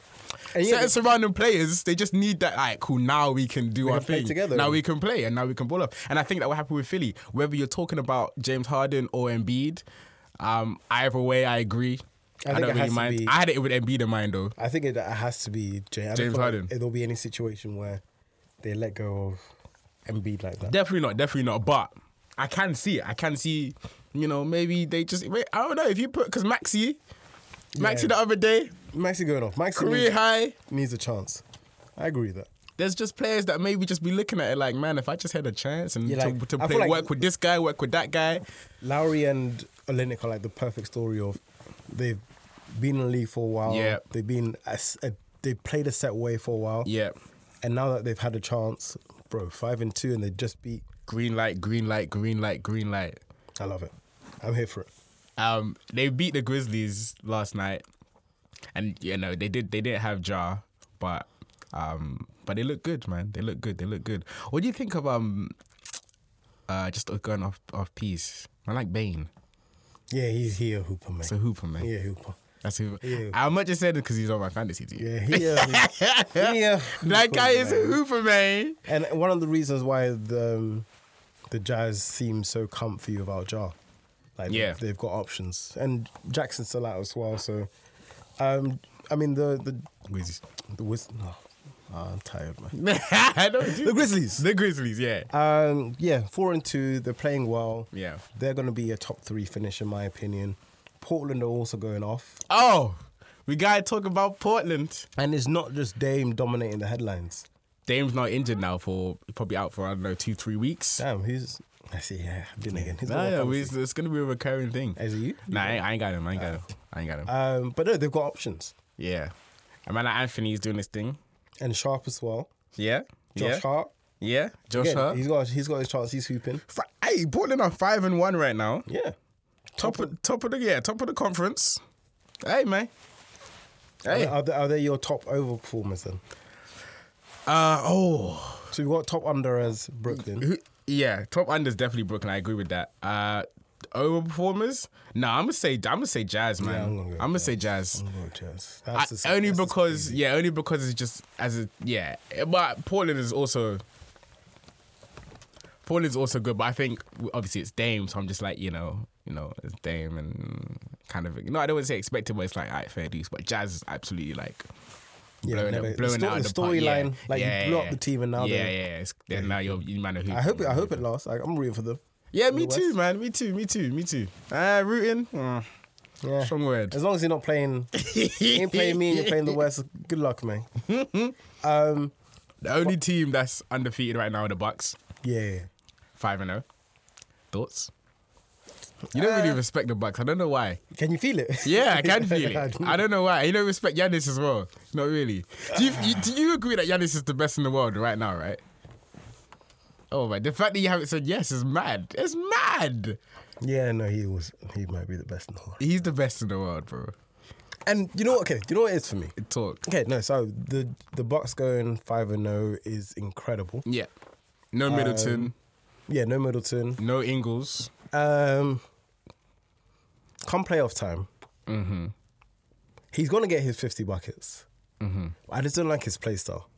[SPEAKER 1] And yeah,
[SPEAKER 2] certain
[SPEAKER 1] but-
[SPEAKER 2] surrounding players, they just need that. All right, cool. Now we can do our
[SPEAKER 1] can play
[SPEAKER 2] thing.
[SPEAKER 1] together.
[SPEAKER 2] Now we can play, and now we can ball up. And I think that will happen with Philly. Whether you're talking about James Harden or Embiid, um, either way, I agree.
[SPEAKER 1] I
[SPEAKER 2] I,
[SPEAKER 1] think
[SPEAKER 2] don't
[SPEAKER 1] it
[SPEAKER 2] really
[SPEAKER 1] has to
[SPEAKER 2] mind.
[SPEAKER 1] be-
[SPEAKER 2] I had it with Embiid in mind though.
[SPEAKER 1] I think it, it has to be James. I don't
[SPEAKER 2] James
[SPEAKER 1] feel like
[SPEAKER 2] Harden.
[SPEAKER 1] There'll be any situation where they let go of Embiid like that.
[SPEAKER 2] Definitely not. Definitely not. But I can see it. I can see. You know, maybe they just. Wait, I don't know if you put because Maxi, Maxi
[SPEAKER 1] Yeah. Mm.
[SPEAKER 2] the other day
[SPEAKER 1] Maxi going off. Maxi
[SPEAKER 2] career
[SPEAKER 1] needs,
[SPEAKER 2] high.
[SPEAKER 1] needs a chance. I agree with that.
[SPEAKER 2] There's just players that maybe just be looking at it like, man, if I just had a chance and
[SPEAKER 1] Yeah,
[SPEAKER 2] to,
[SPEAKER 1] like,
[SPEAKER 2] to
[SPEAKER 1] I feel
[SPEAKER 2] play,
[SPEAKER 1] like-
[SPEAKER 2] work with this guy, work with that guy.
[SPEAKER 1] Lowry and Olenek are like the perfect story of they've been in the league for a while.
[SPEAKER 2] Yeah.
[SPEAKER 1] They've been a s- a- they played a set way for a while.
[SPEAKER 2] Yeah,
[SPEAKER 1] And now that they've had a chance, bro, five and two, and they just beat.
[SPEAKER 2] green light, green light, green light, green light.
[SPEAKER 1] I love it. I'm here for it.
[SPEAKER 2] Um, they beat the Grizzlies last night, and you know they did. They didn't have Jar, but um, but they look good, man. They look good. They look good. What do you think of um, uh, just going off off piece? I like Bane.
[SPEAKER 1] Yeah, he's here, Hooper, man.
[SPEAKER 2] It's a hooper, man.
[SPEAKER 1] yeah, Hooper.
[SPEAKER 2] That's who.
[SPEAKER 1] Yeah.
[SPEAKER 2] I much just said it because he's on my fantasy team.
[SPEAKER 1] Yeah, here. yeah,
[SPEAKER 2] That guy is a hooper, man.
[SPEAKER 1] And one of the reasons why the um, the Jazz seem so comfy without Jar, like
[SPEAKER 2] Yeah.
[SPEAKER 1] they've, they've got options, and Jackson's still out as well. So, um, I mean the the
[SPEAKER 2] Grizzlies.
[SPEAKER 1] the Wiz- no, Ah, I'm tired, man.
[SPEAKER 2] I don't do-
[SPEAKER 1] The Grizzlies.
[SPEAKER 2] The Grizzlies. Yeah.
[SPEAKER 1] Um, yeah, four and two. They're playing well.
[SPEAKER 2] Yeah.
[SPEAKER 1] they're going to be a top three finish in my opinion. Portland are also going off,
[SPEAKER 2] Oh, we gotta talk about Portland.
[SPEAKER 1] and it's not just Dame dominating the headlines.
[SPEAKER 2] Dame's now injured now for probably out for I don't know two three weeks.
[SPEAKER 1] Damn, who's? I see. Yeah, I've been again. He's
[SPEAKER 2] Nah,
[SPEAKER 1] got one
[SPEAKER 2] Oh, yeah, we-
[SPEAKER 1] fantasy.
[SPEAKER 2] it's, it's gonna be a recurring thing.
[SPEAKER 1] Is it you?
[SPEAKER 2] Nah, I ain't, I ain't got him. I ain't got him. I ain't got him.
[SPEAKER 1] Um, but no, they've got options.
[SPEAKER 2] yeah, I mean, like Anthony's doing his thing.
[SPEAKER 1] and Sharp as well.
[SPEAKER 2] Yeah,
[SPEAKER 1] Josh
[SPEAKER 2] yeah,
[SPEAKER 1] Hart.
[SPEAKER 2] yeah. Josh
[SPEAKER 1] Again,
[SPEAKER 2] Hart.
[SPEAKER 1] he's got he's got his chance. He's hooping.
[SPEAKER 2] Fr- Hey, Portland are five and one right now.
[SPEAKER 1] Yeah,
[SPEAKER 2] Top of top of the yeah, top of the conference. Hey man.
[SPEAKER 1] Are they-
[SPEAKER 2] Hey. Uh
[SPEAKER 1] Are, they, are they your top overperformers then?
[SPEAKER 2] oh.
[SPEAKER 1] So we've got top under as Brooklyn.
[SPEAKER 2] Who- Yeah, top under's definitely Brooklyn. I agree with that. Uh, overperformers? Nah, I'm gonna say I'm gonna say Jazz, man.
[SPEAKER 1] I'm gonna go
[SPEAKER 2] I'm gonna
[SPEAKER 1] Jazz.
[SPEAKER 2] say Jazz.
[SPEAKER 1] Oh, Jazz.
[SPEAKER 2] I,
[SPEAKER 1] That's the-
[SPEAKER 2] only
[SPEAKER 1] that's the-
[SPEAKER 2] because yeah, only because it's just as a yeah. But Portland is also Portland's also good, but I think obviously it's Dame, so I'm just like you know, you know, it's Dame and kind of you know I don't want to say expected, but it's like alright, fair dues. But Jazz is absolutely like.
[SPEAKER 1] Yeah,
[SPEAKER 2] blowing,
[SPEAKER 1] no,
[SPEAKER 2] it,
[SPEAKER 1] no, the
[SPEAKER 2] blowing
[SPEAKER 1] sto-
[SPEAKER 2] it out
[SPEAKER 1] the
[SPEAKER 2] of the park. Yeah,
[SPEAKER 1] storyline, like, you
[SPEAKER 2] yeah,
[SPEAKER 1] blew up
[SPEAKER 2] yeah.
[SPEAKER 1] the team and now
[SPEAKER 2] yeah,
[SPEAKER 1] they're-
[SPEAKER 2] yeah, it's, then now you're you man who
[SPEAKER 1] I hope it, I hope it lasts. Like, I'm rooting for them.
[SPEAKER 2] yeah
[SPEAKER 1] in
[SPEAKER 2] me
[SPEAKER 1] the
[SPEAKER 2] too
[SPEAKER 1] West.
[SPEAKER 2] man me too me too me too uh, rooting mm,
[SPEAKER 1] Yeah.
[SPEAKER 2] strong word
[SPEAKER 1] As long as you're not playing, you ain't playing me and you're playing the West. Good luck, man. um,
[SPEAKER 2] the only team that's undefeated right now are the Bucks
[SPEAKER 1] yeah.
[SPEAKER 2] Five and zero. Thoughts? You don't
[SPEAKER 1] Uh,
[SPEAKER 2] really respect the Bucks. I don't know why.
[SPEAKER 1] Can you feel it?
[SPEAKER 2] Yeah, I can feel it. I don't know why. You don't respect Yanis as well. Not really. Do you, you, do you agree that Yanis is the best in the world right now? Right? Oh man, the fact that you haven't said yes is mad. It's mad.
[SPEAKER 1] Yeah, no, he was. He might be the best in the world.
[SPEAKER 2] He's the best in the world, bro.
[SPEAKER 1] And you know what? Okay, you know what it is for me.
[SPEAKER 2] Talk.
[SPEAKER 1] Okay, no. So the the Bucks going five and zero is oh incredible.
[SPEAKER 2] Yeah. No Middleton.
[SPEAKER 1] Yeah, no Middleton.
[SPEAKER 2] No Ingles.
[SPEAKER 1] Um, come playoff time, he's gonna get his fifty buckets. I just don't like his play style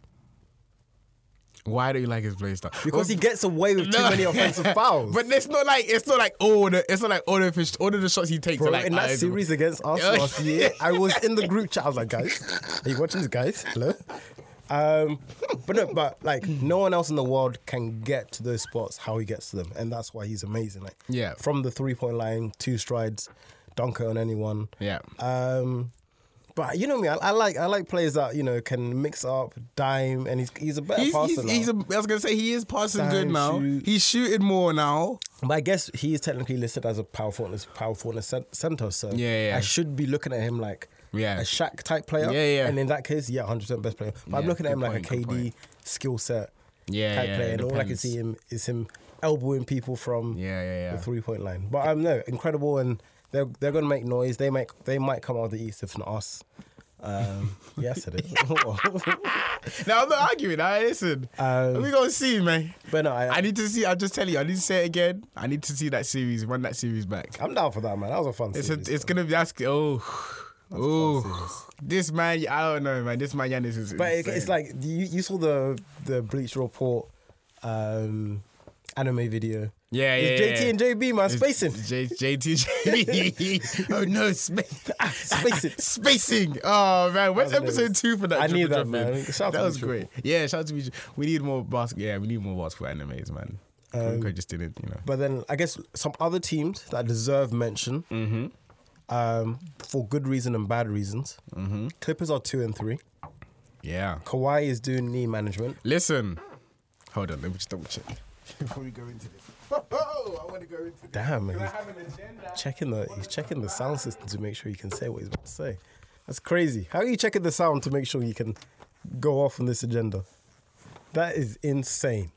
[SPEAKER 2] Why do you like his play style?
[SPEAKER 1] because he gets away with too
[SPEAKER 2] No.
[SPEAKER 1] many offensive fouls.
[SPEAKER 2] But it's not like it's not like all the it's not like all the fish, all of the shots he takes.
[SPEAKER 1] Bro,
[SPEAKER 2] are like,
[SPEAKER 1] in that
[SPEAKER 2] eyes-
[SPEAKER 1] series against us
[SPEAKER 2] Yeah.
[SPEAKER 1] last year, I was in the group chat. I was like, guys, are you watching this, guys? Hello? Um, but no, but like no one else in the world can get to those spots how he gets to them, and that's why he's amazing. Like,
[SPEAKER 2] Yeah.
[SPEAKER 1] from the three point line, two strides, dunker on anyone.
[SPEAKER 2] yeah,
[SPEAKER 1] Um, but you know me, I, I like I like players that you know can mix up, dime, and he's he's a better
[SPEAKER 2] he's,
[SPEAKER 1] passer.
[SPEAKER 2] he's,
[SPEAKER 1] now.
[SPEAKER 2] he's a, I was gonna say he is passing
[SPEAKER 1] Time
[SPEAKER 2] good now.
[SPEAKER 1] shoot.
[SPEAKER 2] He's shooting more now.
[SPEAKER 1] But I guess he is technically listed as a power forward, as power forward and cen- center. So
[SPEAKER 2] Yeah, yeah.
[SPEAKER 1] I should be looking at him like
[SPEAKER 2] Yeah.
[SPEAKER 1] a Shaq type player.
[SPEAKER 2] Yeah, yeah.
[SPEAKER 1] And in that case, yeah, hundred percent best player. But I'm
[SPEAKER 2] Yeah,
[SPEAKER 1] looking at
[SPEAKER 2] good
[SPEAKER 1] him like
[SPEAKER 2] point, good
[SPEAKER 1] a KD
[SPEAKER 2] point.
[SPEAKER 1] skill set
[SPEAKER 2] Yeah,
[SPEAKER 1] type
[SPEAKER 2] yeah,
[SPEAKER 1] player,
[SPEAKER 2] it
[SPEAKER 1] and all I can
[SPEAKER 2] depends.
[SPEAKER 1] see him is him elbowing people from
[SPEAKER 2] Yeah, yeah, yeah.
[SPEAKER 1] the three point line. But I'm um, no incredible, and they're they're gonna make noise. They make they might come out of the east if not us. Um, yes, it is.
[SPEAKER 2] Now I'm not arguing. I listen.
[SPEAKER 1] Um,
[SPEAKER 2] we gonna see, man.
[SPEAKER 1] but no, I,
[SPEAKER 2] I need to see. I'm just telling you. I need to say it again. I need to see that series. Run that series back.
[SPEAKER 1] I'm down for that, man. That was a fun.
[SPEAKER 2] It's a,
[SPEAKER 1] series,
[SPEAKER 2] it's gonna be that's oh oh this man. I don't know, man. This man Yanis is.
[SPEAKER 1] But it, it's
[SPEAKER 2] insane.
[SPEAKER 1] like you, you saw the the Bleach Report um, anime video.
[SPEAKER 2] yeah, yeah,
[SPEAKER 1] It's
[SPEAKER 2] yeah,
[SPEAKER 1] JT
[SPEAKER 2] yeah.
[SPEAKER 1] and JB man spacing,
[SPEAKER 2] It's J- JT, JB. oh no, space.
[SPEAKER 1] spacing.
[SPEAKER 2] Spacing. Oh man, when's
[SPEAKER 1] That was
[SPEAKER 2] episode two for that?
[SPEAKER 1] I need
[SPEAKER 2] triple
[SPEAKER 1] that,
[SPEAKER 2] drop in?
[SPEAKER 1] man. Shout out
[SPEAKER 2] that
[SPEAKER 1] to
[SPEAKER 2] was
[SPEAKER 1] Mitchell.
[SPEAKER 2] great. Yeah, shout out to me. We need more basketball. Yeah, we need more basketball animes, man.
[SPEAKER 1] Um,
[SPEAKER 2] Could just didn't, you know.
[SPEAKER 1] But then I guess some other teams that deserve mention
[SPEAKER 2] Mm-hmm.
[SPEAKER 1] um, for good reason and bad reasons. Mm-hmm. Clippers are two and three.
[SPEAKER 2] Yeah.
[SPEAKER 1] Kawhi is doing knee management.
[SPEAKER 2] Listen. Hold on. Let me just double check.
[SPEAKER 4] Before we go into this. Oh, I want to go into this.
[SPEAKER 1] Damn, man,
[SPEAKER 4] I
[SPEAKER 1] he's
[SPEAKER 4] have an agenda.
[SPEAKER 1] checking the he's checking the sound system to make sure he can say what he's about to say. That's crazy. How are you checking the sound to make sure you can go off on this agenda? That is insane.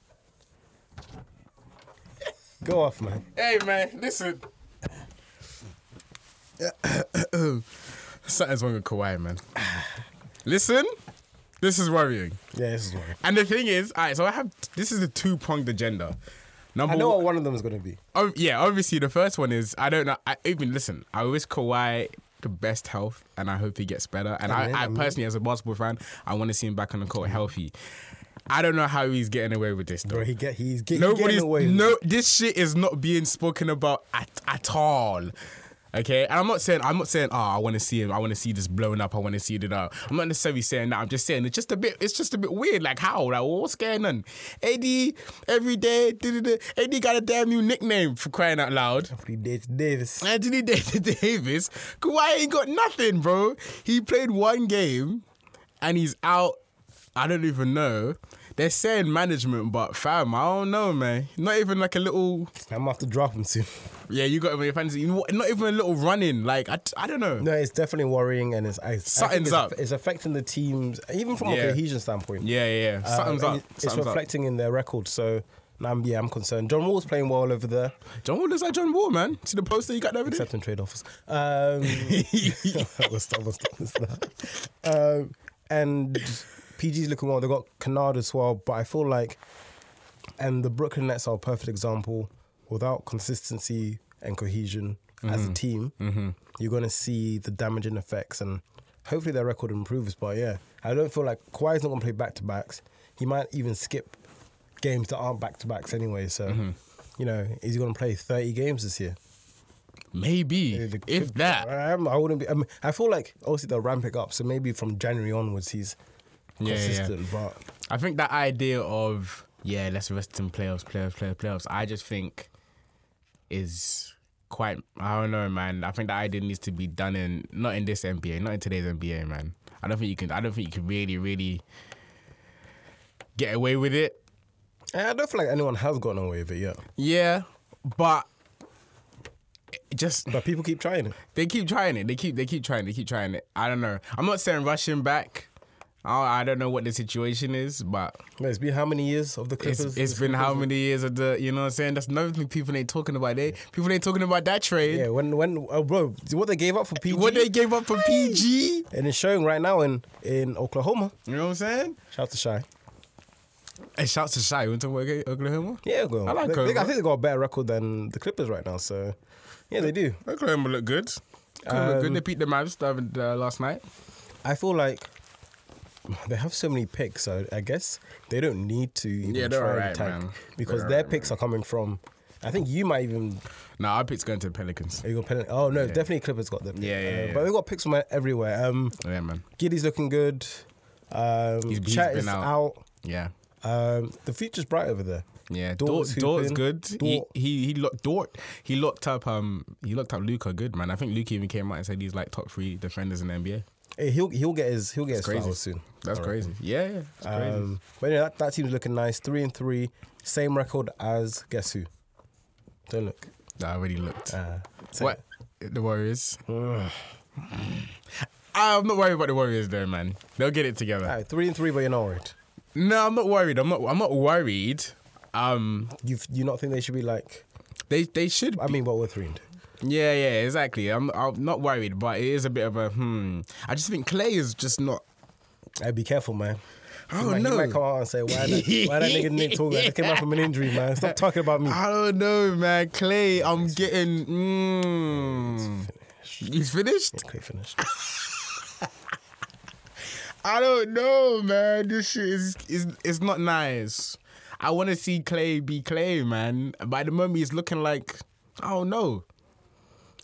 [SPEAKER 1] Go off, man.
[SPEAKER 2] Hey man, listen. Something's wrong with Kawhi, man. Listen, this is worrying.
[SPEAKER 1] Yeah, this is one.
[SPEAKER 2] And the thing is, all right, so I have this is a two pronged agenda. Number
[SPEAKER 1] I know
[SPEAKER 2] one,
[SPEAKER 1] what one of them is gonna be.
[SPEAKER 2] Oh yeah, obviously the first one is I don't know. I even listen. I wish Kawhi the best health, and I hope he gets better. And
[SPEAKER 1] Amen,
[SPEAKER 2] I, I
[SPEAKER 1] amen.
[SPEAKER 2] personally, as a basketball fan, I want to see him back on the court healthy. I don't know how he's getting away with this though.
[SPEAKER 1] Bro, he get he's get, he
[SPEAKER 2] Nobody's
[SPEAKER 1] getting away.
[SPEAKER 2] no. This shit is not being spoken about at, at all. Okay, and I'm not saying I'm not saying oh I want to see him. I want to see this blown up. I want to see it up. I'm not necessarily saying that. I'm just saying it's just a bit. It's just a bit weird. Like how? Like what's going on? AD every day. da-da-da. AD got a damn new nickname for crying out loud.
[SPEAKER 1] Anthony Da- Davis.
[SPEAKER 2] Anthony Da- Davis. Kawhi ain't got nothing, bro. He played one game and he's out. I don't even know. They're saying management, but fam, I don't know, man. Not even like a little.
[SPEAKER 1] I'm gonna have to drop him soon.
[SPEAKER 2] Yeah, you got him in your fantasy. Not even a little running. Like I, I don't know.
[SPEAKER 1] No, it's definitely worrying and it's I, I think
[SPEAKER 2] Something's
[SPEAKER 1] it's,
[SPEAKER 2] up.
[SPEAKER 1] It's affecting the teams, even from
[SPEAKER 2] Yeah.
[SPEAKER 1] a cohesion standpoint.
[SPEAKER 2] Yeah, yeah, yeah.
[SPEAKER 1] Um,
[SPEAKER 2] Something's
[SPEAKER 1] and
[SPEAKER 2] up.
[SPEAKER 1] It's
[SPEAKER 2] Something's up.
[SPEAKER 1] reflecting in their record. So now I'm, yeah, I'm concerned. John Wall's playing well over there,
[SPEAKER 2] John Wall is like John Wall, man. See the poster you got over there?
[SPEAKER 1] except in trade offers. Um, we'll stop, we'll stop this now. Um, and PG's looking well. They've got Canard as well, but I feel like, and the Brooklyn Nets are a perfect example. Without consistency and cohesion as a team, you're going to see the damaging effects and. Hopefully their record improves, but yeah, I don't feel like Kawhi's not gonna play back to backs. He might even skip games that aren't back to backs anyway. So, you know, he's gonna play 30 games this year. Yeah,
[SPEAKER 2] Maybe,
[SPEAKER 1] the-
[SPEAKER 2] if that.
[SPEAKER 1] I, am- I wouldn't be. I, mean, I feel like obviously they'll ramp it up. So maybe from January onwards, he's
[SPEAKER 2] Yeah, yeah, yeah.
[SPEAKER 1] consistent. But
[SPEAKER 2] I think that idea of yeah, let's rest in playoffs, playoffs, playoffs, playoffs. I just think is quite. I don't know, man. I think that idea needs to be done in not in this NBA, not in today's NBA, man. I don't think you can. I don't think you can really, really get away with it.
[SPEAKER 1] and I don't feel like anyone has gotten away with it yet.
[SPEAKER 2] Yeah, but it just
[SPEAKER 1] But people keep trying it.
[SPEAKER 2] they keep trying it. They keep they keep trying. They keep trying it. I don't know. I'm not saying rushing back. I I don't know what the situation is, but
[SPEAKER 1] Like, It's been how many years of the Clippers?
[SPEAKER 2] It's, it's been how many years of the you know what I'm saying? That's another thing people ain't talking about. They people ain't talking about that trade.
[SPEAKER 1] Yeah, when when uh, bro, what they gave up for PG,
[SPEAKER 2] What they gave up for PG.
[SPEAKER 1] and it's showing right now in in Oklahoma.
[SPEAKER 2] You know what I'm saying?
[SPEAKER 1] Shout out to Shy.
[SPEAKER 2] And shouts to Shy. You want to talk about Oklahoma?
[SPEAKER 1] Yeah, go.
[SPEAKER 2] I like
[SPEAKER 1] they, they, I
[SPEAKER 2] Oklahoma.
[SPEAKER 1] think they got a better record than the Clippers right now. So, yeah, they do.
[SPEAKER 2] Oklahoma look good. Oklahoma look good. They beat the Mavs the other- uh, last night.
[SPEAKER 1] I feel like they have so many picks, so I guess they don't need to even
[SPEAKER 2] Yeah, they're
[SPEAKER 1] try
[SPEAKER 2] alright,
[SPEAKER 1] and tank
[SPEAKER 2] man.
[SPEAKER 1] because
[SPEAKER 2] They're
[SPEAKER 1] their
[SPEAKER 2] alright,
[SPEAKER 1] picks are coming from. I think you might even.
[SPEAKER 2] No, our pick's going to the Pelicans.
[SPEAKER 1] Are you gonna pen- oh no, definitely Clippers got them.
[SPEAKER 2] Yeah, yeah, yeah.
[SPEAKER 1] But they've got picks from everywhere. Um,
[SPEAKER 2] Yeah, man.
[SPEAKER 1] Giddy's looking good. Um,
[SPEAKER 2] He's- he's
[SPEAKER 1] Chat
[SPEAKER 2] been
[SPEAKER 1] is out.
[SPEAKER 2] out. Yeah.
[SPEAKER 1] Um, the future's bright over there.
[SPEAKER 2] Yeah, Dort,
[SPEAKER 1] Dort's
[SPEAKER 2] Dort's
[SPEAKER 1] hooping.
[SPEAKER 2] good. He
[SPEAKER 1] Dort.
[SPEAKER 2] he he locked Dort. He locked up um he locked up Luca good man. I think Luca even came out and said he's like top three defenders in the NBA.
[SPEAKER 1] Hey, he'll he'll get his he'll get his
[SPEAKER 2] crazy.
[SPEAKER 1] flowers soon.
[SPEAKER 2] That's
[SPEAKER 1] I reckon.
[SPEAKER 2] crazy. Yeah, yeah, it's crazy.
[SPEAKER 1] Um, but yeah, that, that team's looking nice. Three and three, same record as guess who? Don't look.
[SPEAKER 2] Nah, I already looked.
[SPEAKER 1] Uh, say
[SPEAKER 2] what
[SPEAKER 1] it.
[SPEAKER 2] the Warriors? I'm not worried about the Warriors though, man. They'll get it together.
[SPEAKER 1] All right, three and three, but you're not worried.
[SPEAKER 2] No, I'm not worried. I'm not. I'm not worried. Um,
[SPEAKER 1] You you not think they should be like?
[SPEAKER 2] they they should.
[SPEAKER 1] I mean, but we're three and two.
[SPEAKER 2] Yeah, yeah, exactly. I'm I'm not worried, but it is a bit of a hmm. I just think Clay is just not.
[SPEAKER 1] Hey, be careful, man. He
[SPEAKER 2] I
[SPEAKER 1] might,
[SPEAKER 2] don't
[SPEAKER 1] he might come
[SPEAKER 2] know.
[SPEAKER 1] out and say, "Why that, why that nigga Nick talking? I just came out from an injury, man. Stop talking about me."
[SPEAKER 2] I don't know, man. Clay, I'm getting. Mm, he's finished.
[SPEAKER 1] Okay, finished.
[SPEAKER 2] I don't know, man. This shit is is it's not nice. I want to see Clay be Clay, man. But at the moment, he's looking like I don't know.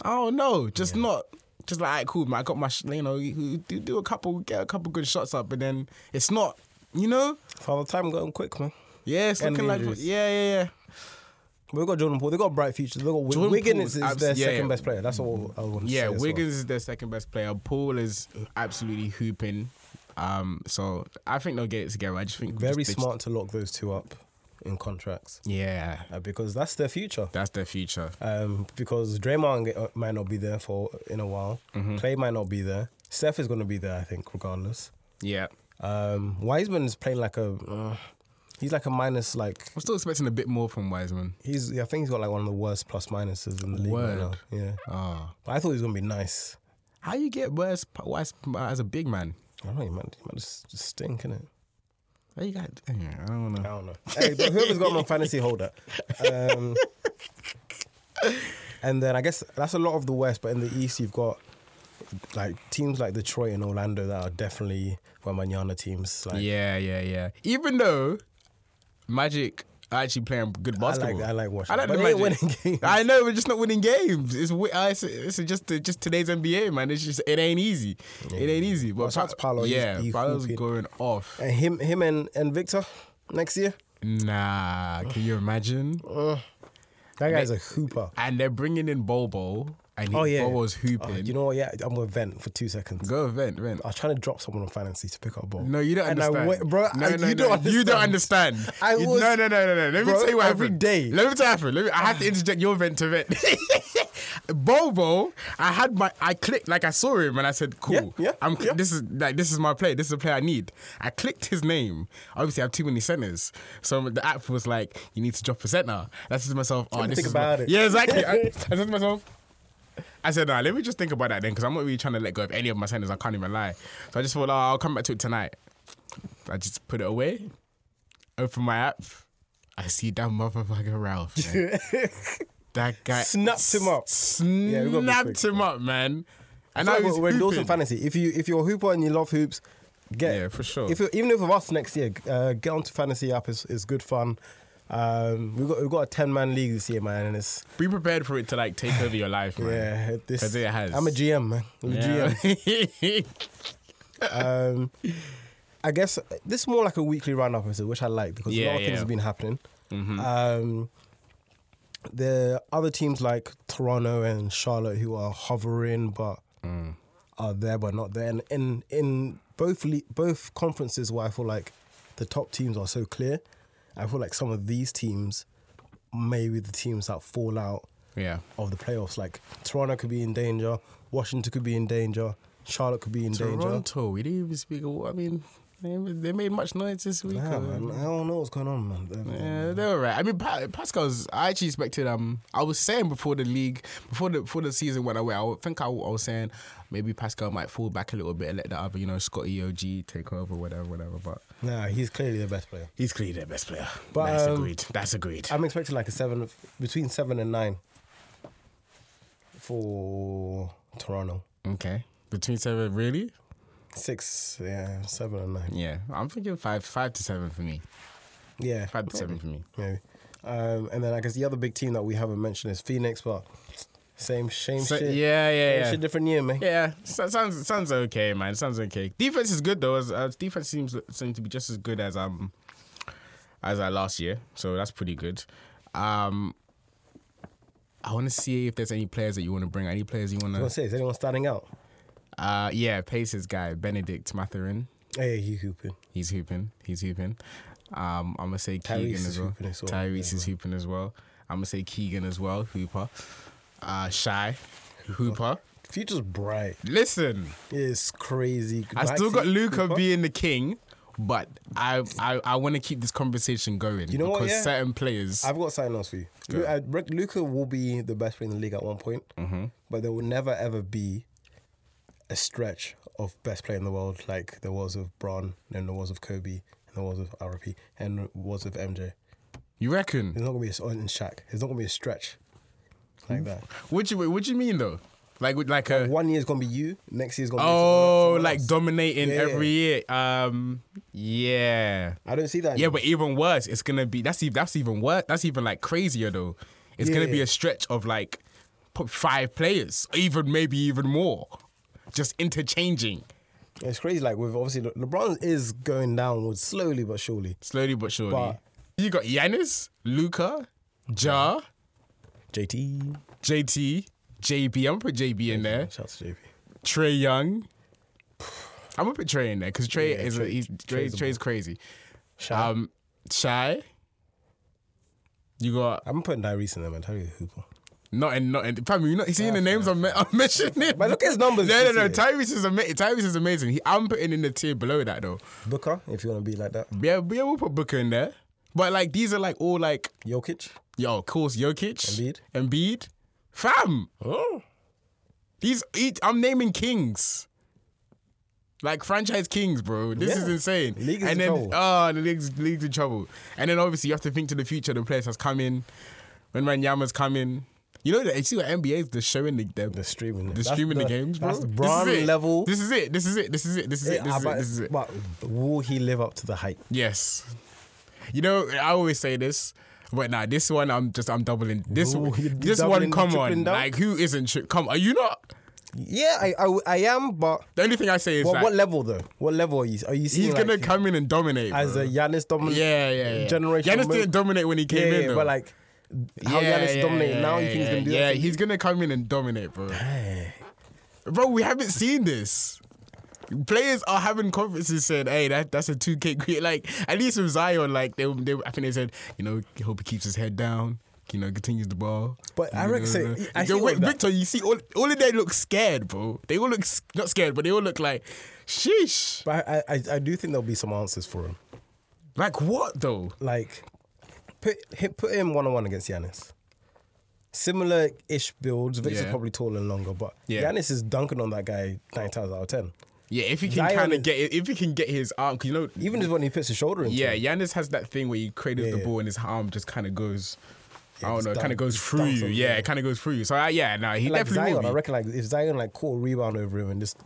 [SPEAKER 2] I don't know. Just not. Just like, all right, cool, man. I got my, sh- you know, you you do a couple, get a couple good shots up, and then it's not, you know.
[SPEAKER 1] Father time going quick, man.
[SPEAKER 2] Yeah, it's
[SPEAKER 1] And
[SPEAKER 2] looking like, yeah,
[SPEAKER 1] injuries.
[SPEAKER 2] yeah, yeah.
[SPEAKER 1] We've got Jordan Poole. They got a bright future. They got Wig-
[SPEAKER 2] Jordan
[SPEAKER 1] Wiggins
[SPEAKER 2] Poole's
[SPEAKER 1] is
[SPEAKER 2] abs-
[SPEAKER 1] their
[SPEAKER 2] yeah,
[SPEAKER 1] second
[SPEAKER 2] yeah.
[SPEAKER 1] best player. That's all I want to
[SPEAKER 2] Yeah,
[SPEAKER 1] say. as well.
[SPEAKER 2] Wiggins is their second best player. Paul is absolutely hooping. Um, so I think they'll get it together. I just think
[SPEAKER 1] very
[SPEAKER 2] just-
[SPEAKER 1] smart to lock those two up in contracts
[SPEAKER 2] Yeah,
[SPEAKER 1] uh, because that's their future.
[SPEAKER 2] that's their future.
[SPEAKER 1] Um, because Draymond ge- uh, might not be there for in a while.
[SPEAKER 2] Mm-hmm.
[SPEAKER 1] Clay might not be there. Steph is going to be there, I think, regardless.
[SPEAKER 2] Yeah,
[SPEAKER 1] Um, Wiseman is playing like a. Uh, he's like a minus. Like
[SPEAKER 2] I'm still expecting a bit more from Wiseman.
[SPEAKER 1] he's. I think he's got like one of the worst plus minuses in the league right now.
[SPEAKER 2] Word.
[SPEAKER 1] Yeah,
[SPEAKER 2] Oh.
[SPEAKER 1] but I thought he was going to be nice.
[SPEAKER 2] How you get worse p- wise p- as a big man?
[SPEAKER 1] I don't know. He might, he might just, just stink in it.
[SPEAKER 2] How you got? I don't
[SPEAKER 1] I
[SPEAKER 2] know.
[SPEAKER 1] don't know. Hey, but whoever's got him on fantasy, hold that. Um, and then I guess that's a lot of the West, but in the East, you've got like teams like Detroit and Orlando that are definitely Wembanyama teams. Like,
[SPEAKER 2] Yeah, yeah, yeah. Even though Magic are actually playing good
[SPEAKER 1] I
[SPEAKER 2] basketball.
[SPEAKER 1] like I like watching.
[SPEAKER 2] I like
[SPEAKER 1] but
[SPEAKER 2] the
[SPEAKER 1] they ain't
[SPEAKER 2] Magic.
[SPEAKER 1] winning games.
[SPEAKER 2] I know we're just not winning games. It's wi- uh, it's, it's just just today's NBA, man. It's just it ain't easy. It ain't easy. But
[SPEAKER 1] Well, Mm. shout out to Paolo. He's-
[SPEAKER 2] yeah,
[SPEAKER 1] he's
[SPEAKER 2] Paolo's
[SPEAKER 1] hooping.
[SPEAKER 2] going off.
[SPEAKER 1] And him, him, and, and Victor next year.
[SPEAKER 2] Nah, can you imagine?
[SPEAKER 1] That guy's a hooper.
[SPEAKER 2] And they're bringing in Bobo, and
[SPEAKER 1] Oh yeah,
[SPEAKER 2] Bobo's
[SPEAKER 1] Oh,
[SPEAKER 2] hooping.
[SPEAKER 1] you Oh. know what? Yeah, I'm gonna vent for two seconds.
[SPEAKER 2] Go event, event.
[SPEAKER 1] I was trying to drop someone on fantasy to pick up a ball.
[SPEAKER 2] No, you don't
[SPEAKER 1] and
[SPEAKER 2] understand,
[SPEAKER 1] I went, bro.
[SPEAKER 2] No,
[SPEAKER 1] I,
[SPEAKER 2] no,
[SPEAKER 1] you,
[SPEAKER 2] no,
[SPEAKER 1] don't
[SPEAKER 2] you don't understand.
[SPEAKER 1] I
[SPEAKER 2] You-
[SPEAKER 1] was-
[SPEAKER 2] no, no, no, no, no. Let
[SPEAKER 1] Bro,
[SPEAKER 2] me tell you what
[SPEAKER 1] every
[SPEAKER 2] happened.
[SPEAKER 1] day.
[SPEAKER 2] Let me tell you what happened. Let me, I have to interject your vent to vent. Bobo, I had my, I clicked like I saw him and I said, "Cool,
[SPEAKER 1] Yeah, yeah,
[SPEAKER 2] I'm.
[SPEAKER 1] yeah.
[SPEAKER 2] This is like this is my play. This is the play I need." I clicked his name. Obviously, I have too many centers, so the app was like, "You need to drop a center." I said to myself, "Oh,
[SPEAKER 1] me
[SPEAKER 2] this
[SPEAKER 1] think
[SPEAKER 2] is my-
[SPEAKER 1] about it."
[SPEAKER 2] Yeah, exactly. I, I said to myself, I said, nah, let me just think about that then, because I'm not really trying to let go of any of my sentence. I can't even lie. So I just thought, oh, I'll come back to it tonight. I just put it away, open my app. I see that motherfucker Ralph. man. that guy
[SPEAKER 1] Snapped him up. Yeah, we gotta be
[SPEAKER 2] Snapped
[SPEAKER 1] quick.
[SPEAKER 2] him up, man. And
[SPEAKER 1] No,
[SPEAKER 2] now
[SPEAKER 1] we're,
[SPEAKER 2] he's
[SPEAKER 1] we're endorsing
[SPEAKER 2] hooping.
[SPEAKER 1] fantasy. If you if you're a hooper and you love hoops, get
[SPEAKER 2] Yeah, for sure.
[SPEAKER 1] If you're, even if of us next year, uh, get onto fantasy app. It's, it's good fun. Um, we got we got a ten man league this year, man, and it's
[SPEAKER 2] Be prepared for it to like take over your life, man.
[SPEAKER 1] yeah. This
[SPEAKER 2] 'Cause it has.
[SPEAKER 1] I'm a GM, man. I'm a GM.
[SPEAKER 2] Yeah.
[SPEAKER 1] Um, I guess uh, this is more like a weekly roundup episode, which I like because a
[SPEAKER 2] Yeah,
[SPEAKER 1] lot of
[SPEAKER 2] yeah. Mm-hmm.
[SPEAKER 1] things have been happening. Um, the other teams like Toronto and Charlotte who are hovering but
[SPEAKER 2] Mm.
[SPEAKER 1] are there but not there, and in in both le- both conferences where I feel like the top teams are so clear, I feel like some of these teams may be the teams that fall out
[SPEAKER 2] yeah.
[SPEAKER 1] of the playoffs. Like Toronto could be in danger, Washington could be in danger, Charlotte could be in danger.
[SPEAKER 2] Toronto, we didn't even speak. of- I mean,
[SPEAKER 3] They, they made much noise this week.
[SPEAKER 1] Nah,
[SPEAKER 3] uh,
[SPEAKER 1] man. I don't know what's going on, man.
[SPEAKER 3] Yeah, they were right. I mean, pa- Pascal's. I actually expected. Um, I was saying before the league, before the before the season went away, I would think I, w- I was saying maybe Pascal might fall back a little bit and let the other, you know, Scotty OG take over, whatever, whatever. But
[SPEAKER 1] Nah, he's clearly the best player.
[SPEAKER 3] he's clearly their best player.
[SPEAKER 1] But,
[SPEAKER 3] That's
[SPEAKER 1] um,
[SPEAKER 3] agreed. That's agreed.
[SPEAKER 1] I'm expecting like a seven, between seven and nine for Toronto.
[SPEAKER 3] okay, between seven, really?
[SPEAKER 1] Six, yeah, seven and nine.
[SPEAKER 3] Yeah, I'm thinking five, five to seven for me.
[SPEAKER 1] Yeah,
[SPEAKER 3] Five to seven for me.
[SPEAKER 1] maybe. Um, and then I guess the other big team that we haven't mentioned is Phoenix, but same, same
[SPEAKER 3] So,
[SPEAKER 1] shit.
[SPEAKER 3] yeah,
[SPEAKER 1] Same
[SPEAKER 3] yeah, yeah.
[SPEAKER 1] shit, different year, man.
[SPEAKER 3] Yeah, so- sounds sounds okay, man. Sounds okay. Defense is good though. As, as defense seems seem to be just as good as um as uh, last year, so that's pretty good. Um, I want to see if there's any players that you want to bring. Any players you want
[SPEAKER 1] I was gonna
[SPEAKER 3] to?
[SPEAKER 1] say, is anyone starting out?
[SPEAKER 3] Uh, yeah, Pacers guy Benedict Matherin.
[SPEAKER 1] Hey, he hooping.
[SPEAKER 3] He's hooping. He's hooping. Um, I'm gonna say
[SPEAKER 1] Tyrese
[SPEAKER 3] Keegan
[SPEAKER 1] is
[SPEAKER 3] as well.
[SPEAKER 1] hooping as well.
[SPEAKER 3] Tyrese is hooping as well. I'm gonna say Keegan as well. Hooper, uh, shy, Hooper.
[SPEAKER 1] Future's bright.
[SPEAKER 3] Listen.
[SPEAKER 1] It's crazy.
[SPEAKER 3] I still got
[SPEAKER 1] Maxi
[SPEAKER 3] Luca
[SPEAKER 1] Hooper.
[SPEAKER 3] being the king, but I I, I want to keep this conversation going.
[SPEAKER 1] You know what,
[SPEAKER 3] because
[SPEAKER 1] yeah?
[SPEAKER 3] certain players.
[SPEAKER 1] I've got something else for you. Lu- I re- Luca will be the best player in the league at one point,
[SPEAKER 3] Mm-hmm.
[SPEAKER 1] but there will never ever be a stretch of best player in the world like there was of Bron, and there was of Kobe, and there was of RP, and there was of MJ.
[SPEAKER 3] you reckon?
[SPEAKER 1] There's not gonna be a s- and Shaq. There's not gonna be a stretch like that.
[SPEAKER 3] What you what you mean though? Like with like a
[SPEAKER 1] One year's gonna be you. Next year's gonna be
[SPEAKER 3] oh
[SPEAKER 1] someone- someone
[SPEAKER 3] like
[SPEAKER 1] else.
[SPEAKER 3] dominating
[SPEAKER 1] Yeah, yeah.
[SPEAKER 3] every year. Um yeah
[SPEAKER 1] I don't see that.
[SPEAKER 3] yeah, but even worse, it's gonna be that's even that's even worse. That's even like crazier though. It's gonna be
[SPEAKER 1] Yeah.
[SPEAKER 3] a stretch of like put five players, even maybe even more, just interchanging. slowly but surely.
[SPEAKER 1] But-
[SPEAKER 3] you got Yanis, Luca, Ja,
[SPEAKER 1] JT,
[SPEAKER 3] JT, JB. I'm gonna put JB in there.
[SPEAKER 1] shout out to JP.
[SPEAKER 3] Trey Young. I'm gonna put Trey in there because Trey
[SPEAKER 1] Yeah,
[SPEAKER 3] is a,
[SPEAKER 1] Trey-
[SPEAKER 3] he's Trey,
[SPEAKER 1] Trey's a
[SPEAKER 3] Trey's crazy.
[SPEAKER 1] Shout
[SPEAKER 3] Um, shy. You got
[SPEAKER 1] I'm putting Dyrese in there, man. Tyrese Hooper.
[SPEAKER 3] not in not in. Fam, you not you seeing the names I'm, me- I'm mentioning.
[SPEAKER 1] But look at his numbers
[SPEAKER 3] No, no,
[SPEAKER 1] this
[SPEAKER 3] no.
[SPEAKER 1] year.
[SPEAKER 3] Tyrese is amazing. Tyrese is amazing. He, I'm putting in the tier below that though.
[SPEAKER 1] Booker, if you want to be like that.
[SPEAKER 3] Yeah, yeah, we'll put Booker in there. But like these are like all like
[SPEAKER 1] Jokic.
[SPEAKER 3] Yo, of course, Jokic,
[SPEAKER 1] Embiid.
[SPEAKER 3] Embiid, fam.
[SPEAKER 1] Oh.
[SPEAKER 3] These, he, I'm naming kings, like franchise kings, bro. This is
[SPEAKER 1] Yeah.
[SPEAKER 3] insane.
[SPEAKER 1] League is
[SPEAKER 3] and
[SPEAKER 1] in
[SPEAKER 3] then,
[SPEAKER 1] trouble.
[SPEAKER 3] oh, the league's, league's in trouble. And then obviously you have to think to the future. The players has come in, when Wanyama's coming. You know that you see what NBA's the showing the them.
[SPEAKER 1] The streaming.
[SPEAKER 3] the
[SPEAKER 1] That's
[SPEAKER 3] streaming the,
[SPEAKER 1] the-
[SPEAKER 3] games, bro.
[SPEAKER 1] that's
[SPEAKER 3] This is
[SPEAKER 1] Bron
[SPEAKER 3] it.
[SPEAKER 1] level.
[SPEAKER 3] This is it. This is it. This is it. This is it. This
[SPEAKER 1] Yeah,
[SPEAKER 3] is it.
[SPEAKER 1] but,
[SPEAKER 3] This is it.
[SPEAKER 1] but will he live up to the hype?
[SPEAKER 3] Yes. You know, I always say this, but nah, this one I'm just I'm doubling. This
[SPEAKER 1] Ooh, you're
[SPEAKER 3] this
[SPEAKER 1] doubling,
[SPEAKER 3] one, come on,
[SPEAKER 1] tripling down?
[SPEAKER 3] like who isn't? Tri- come, are you not?
[SPEAKER 1] Yeah, I, I, I am, but
[SPEAKER 3] The only thing I say is
[SPEAKER 1] what,
[SPEAKER 3] like,
[SPEAKER 1] what level though? What level are you? Are you seeing
[SPEAKER 3] he's
[SPEAKER 1] like,
[SPEAKER 3] gonna come in and dominate.
[SPEAKER 1] as
[SPEAKER 3] bro.
[SPEAKER 1] a Giannis dominant?
[SPEAKER 3] yeah, yeah, yeah.
[SPEAKER 1] Generation.
[SPEAKER 3] Giannis didn't dominate when he
[SPEAKER 1] yeah,
[SPEAKER 3] came in,
[SPEAKER 1] yeah,
[SPEAKER 3] though.
[SPEAKER 1] but like how
[SPEAKER 3] yeah,
[SPEAKER 1] Giannis
[SPEAKER 3] yeah,
[SPEAKER 1] dominated
[SPEAKER 3] yeah,
[SPEAKER 1] now, you
[SPEAKER 3] yeah,
[SPEAKER 1] think he's gonna do
[SPEAKER 3] yeah,
[SPEAKER 1] that?
[SPEAKER 3] he's gonna come in and dominate, bro. Bro, we haven't seen this. Players are having conferences saying, "Hey, that that's a two K create." Like at least with Zion, like they, they I think they said, you know, hope he keeps his head down. You know, continues the ball.
[SPEAKER 1] But I
[SPEAKER 3] You
[SPEAKER 1] reckon-
[SPEAKER 3] know,
[SPEAKER 1] say- I
[SPEAKER 3] the-
[SPEAKER 1] see all
[SPEAKER 3] wait,
[SPEAKER 1] that.
[SPEAKER 3] Victor, you see all all of them look scared, bro. They all look s- not scared, but they all look like, sheesh.
[SPEAKER 1] But I, I, I do think there'll be some answers for him.
[SPEAKER 3] Like what though?
[SPEAKER 1] like put hit, put him one on one against Giannis. Similar ish builds. Victor's
[SPEAKER 3] Yeah.
[SPEAKER 1] probably taller and longer, but
[SPEAKER 3] Yeah.
[SPEAKER 1] Giannis is dunking on that guy nine times out of ten.
[SPEAKER 3] Yeah, if he can
[SPEAKER 1] Zion
[SPEAKER 3] kind
[SPEAKER 1] is-
[SPEAKER 3] of get if he can get his arm, 'cause you know,
[SPEAKER 1] Even just when he puts his shoulder into
[SPEAKER 3] Yeah,
[SPEAKER 1] it.
[SPEAKER 3] Yanis has that thing where he cradles
[SPEAKER 1] Yeah,
[SPEAKER 3] the
[SPEAKER 1] yeah.
[SPEAKER 3] ball and his arm just kind of goes. I
[SPEAKER 1] just
[SPEAKER 3] don't know. Kind
[SPEAKER 1] dunk-
[SPEAKER 3] of goes
[SPEAKER 1] just
[SPEAKER 3] through
[SPEAKER 1] dunks
[SPEAKER 3] you.
[SPEAKER 1] on
[SPEAKER 3] Yeah,
[SPEAKER 1] you.
[SPEAKER 3] it kind of goes through you. So uh, yeah, no, he
[SPEAKER 1] And Like
[SPEAKER 3] definitely
[SPEAKER 1] Zion, I
[SPEAKER 3] will be.
[SPEAKER 1] reckon like if Zion like caught a rebound over him and just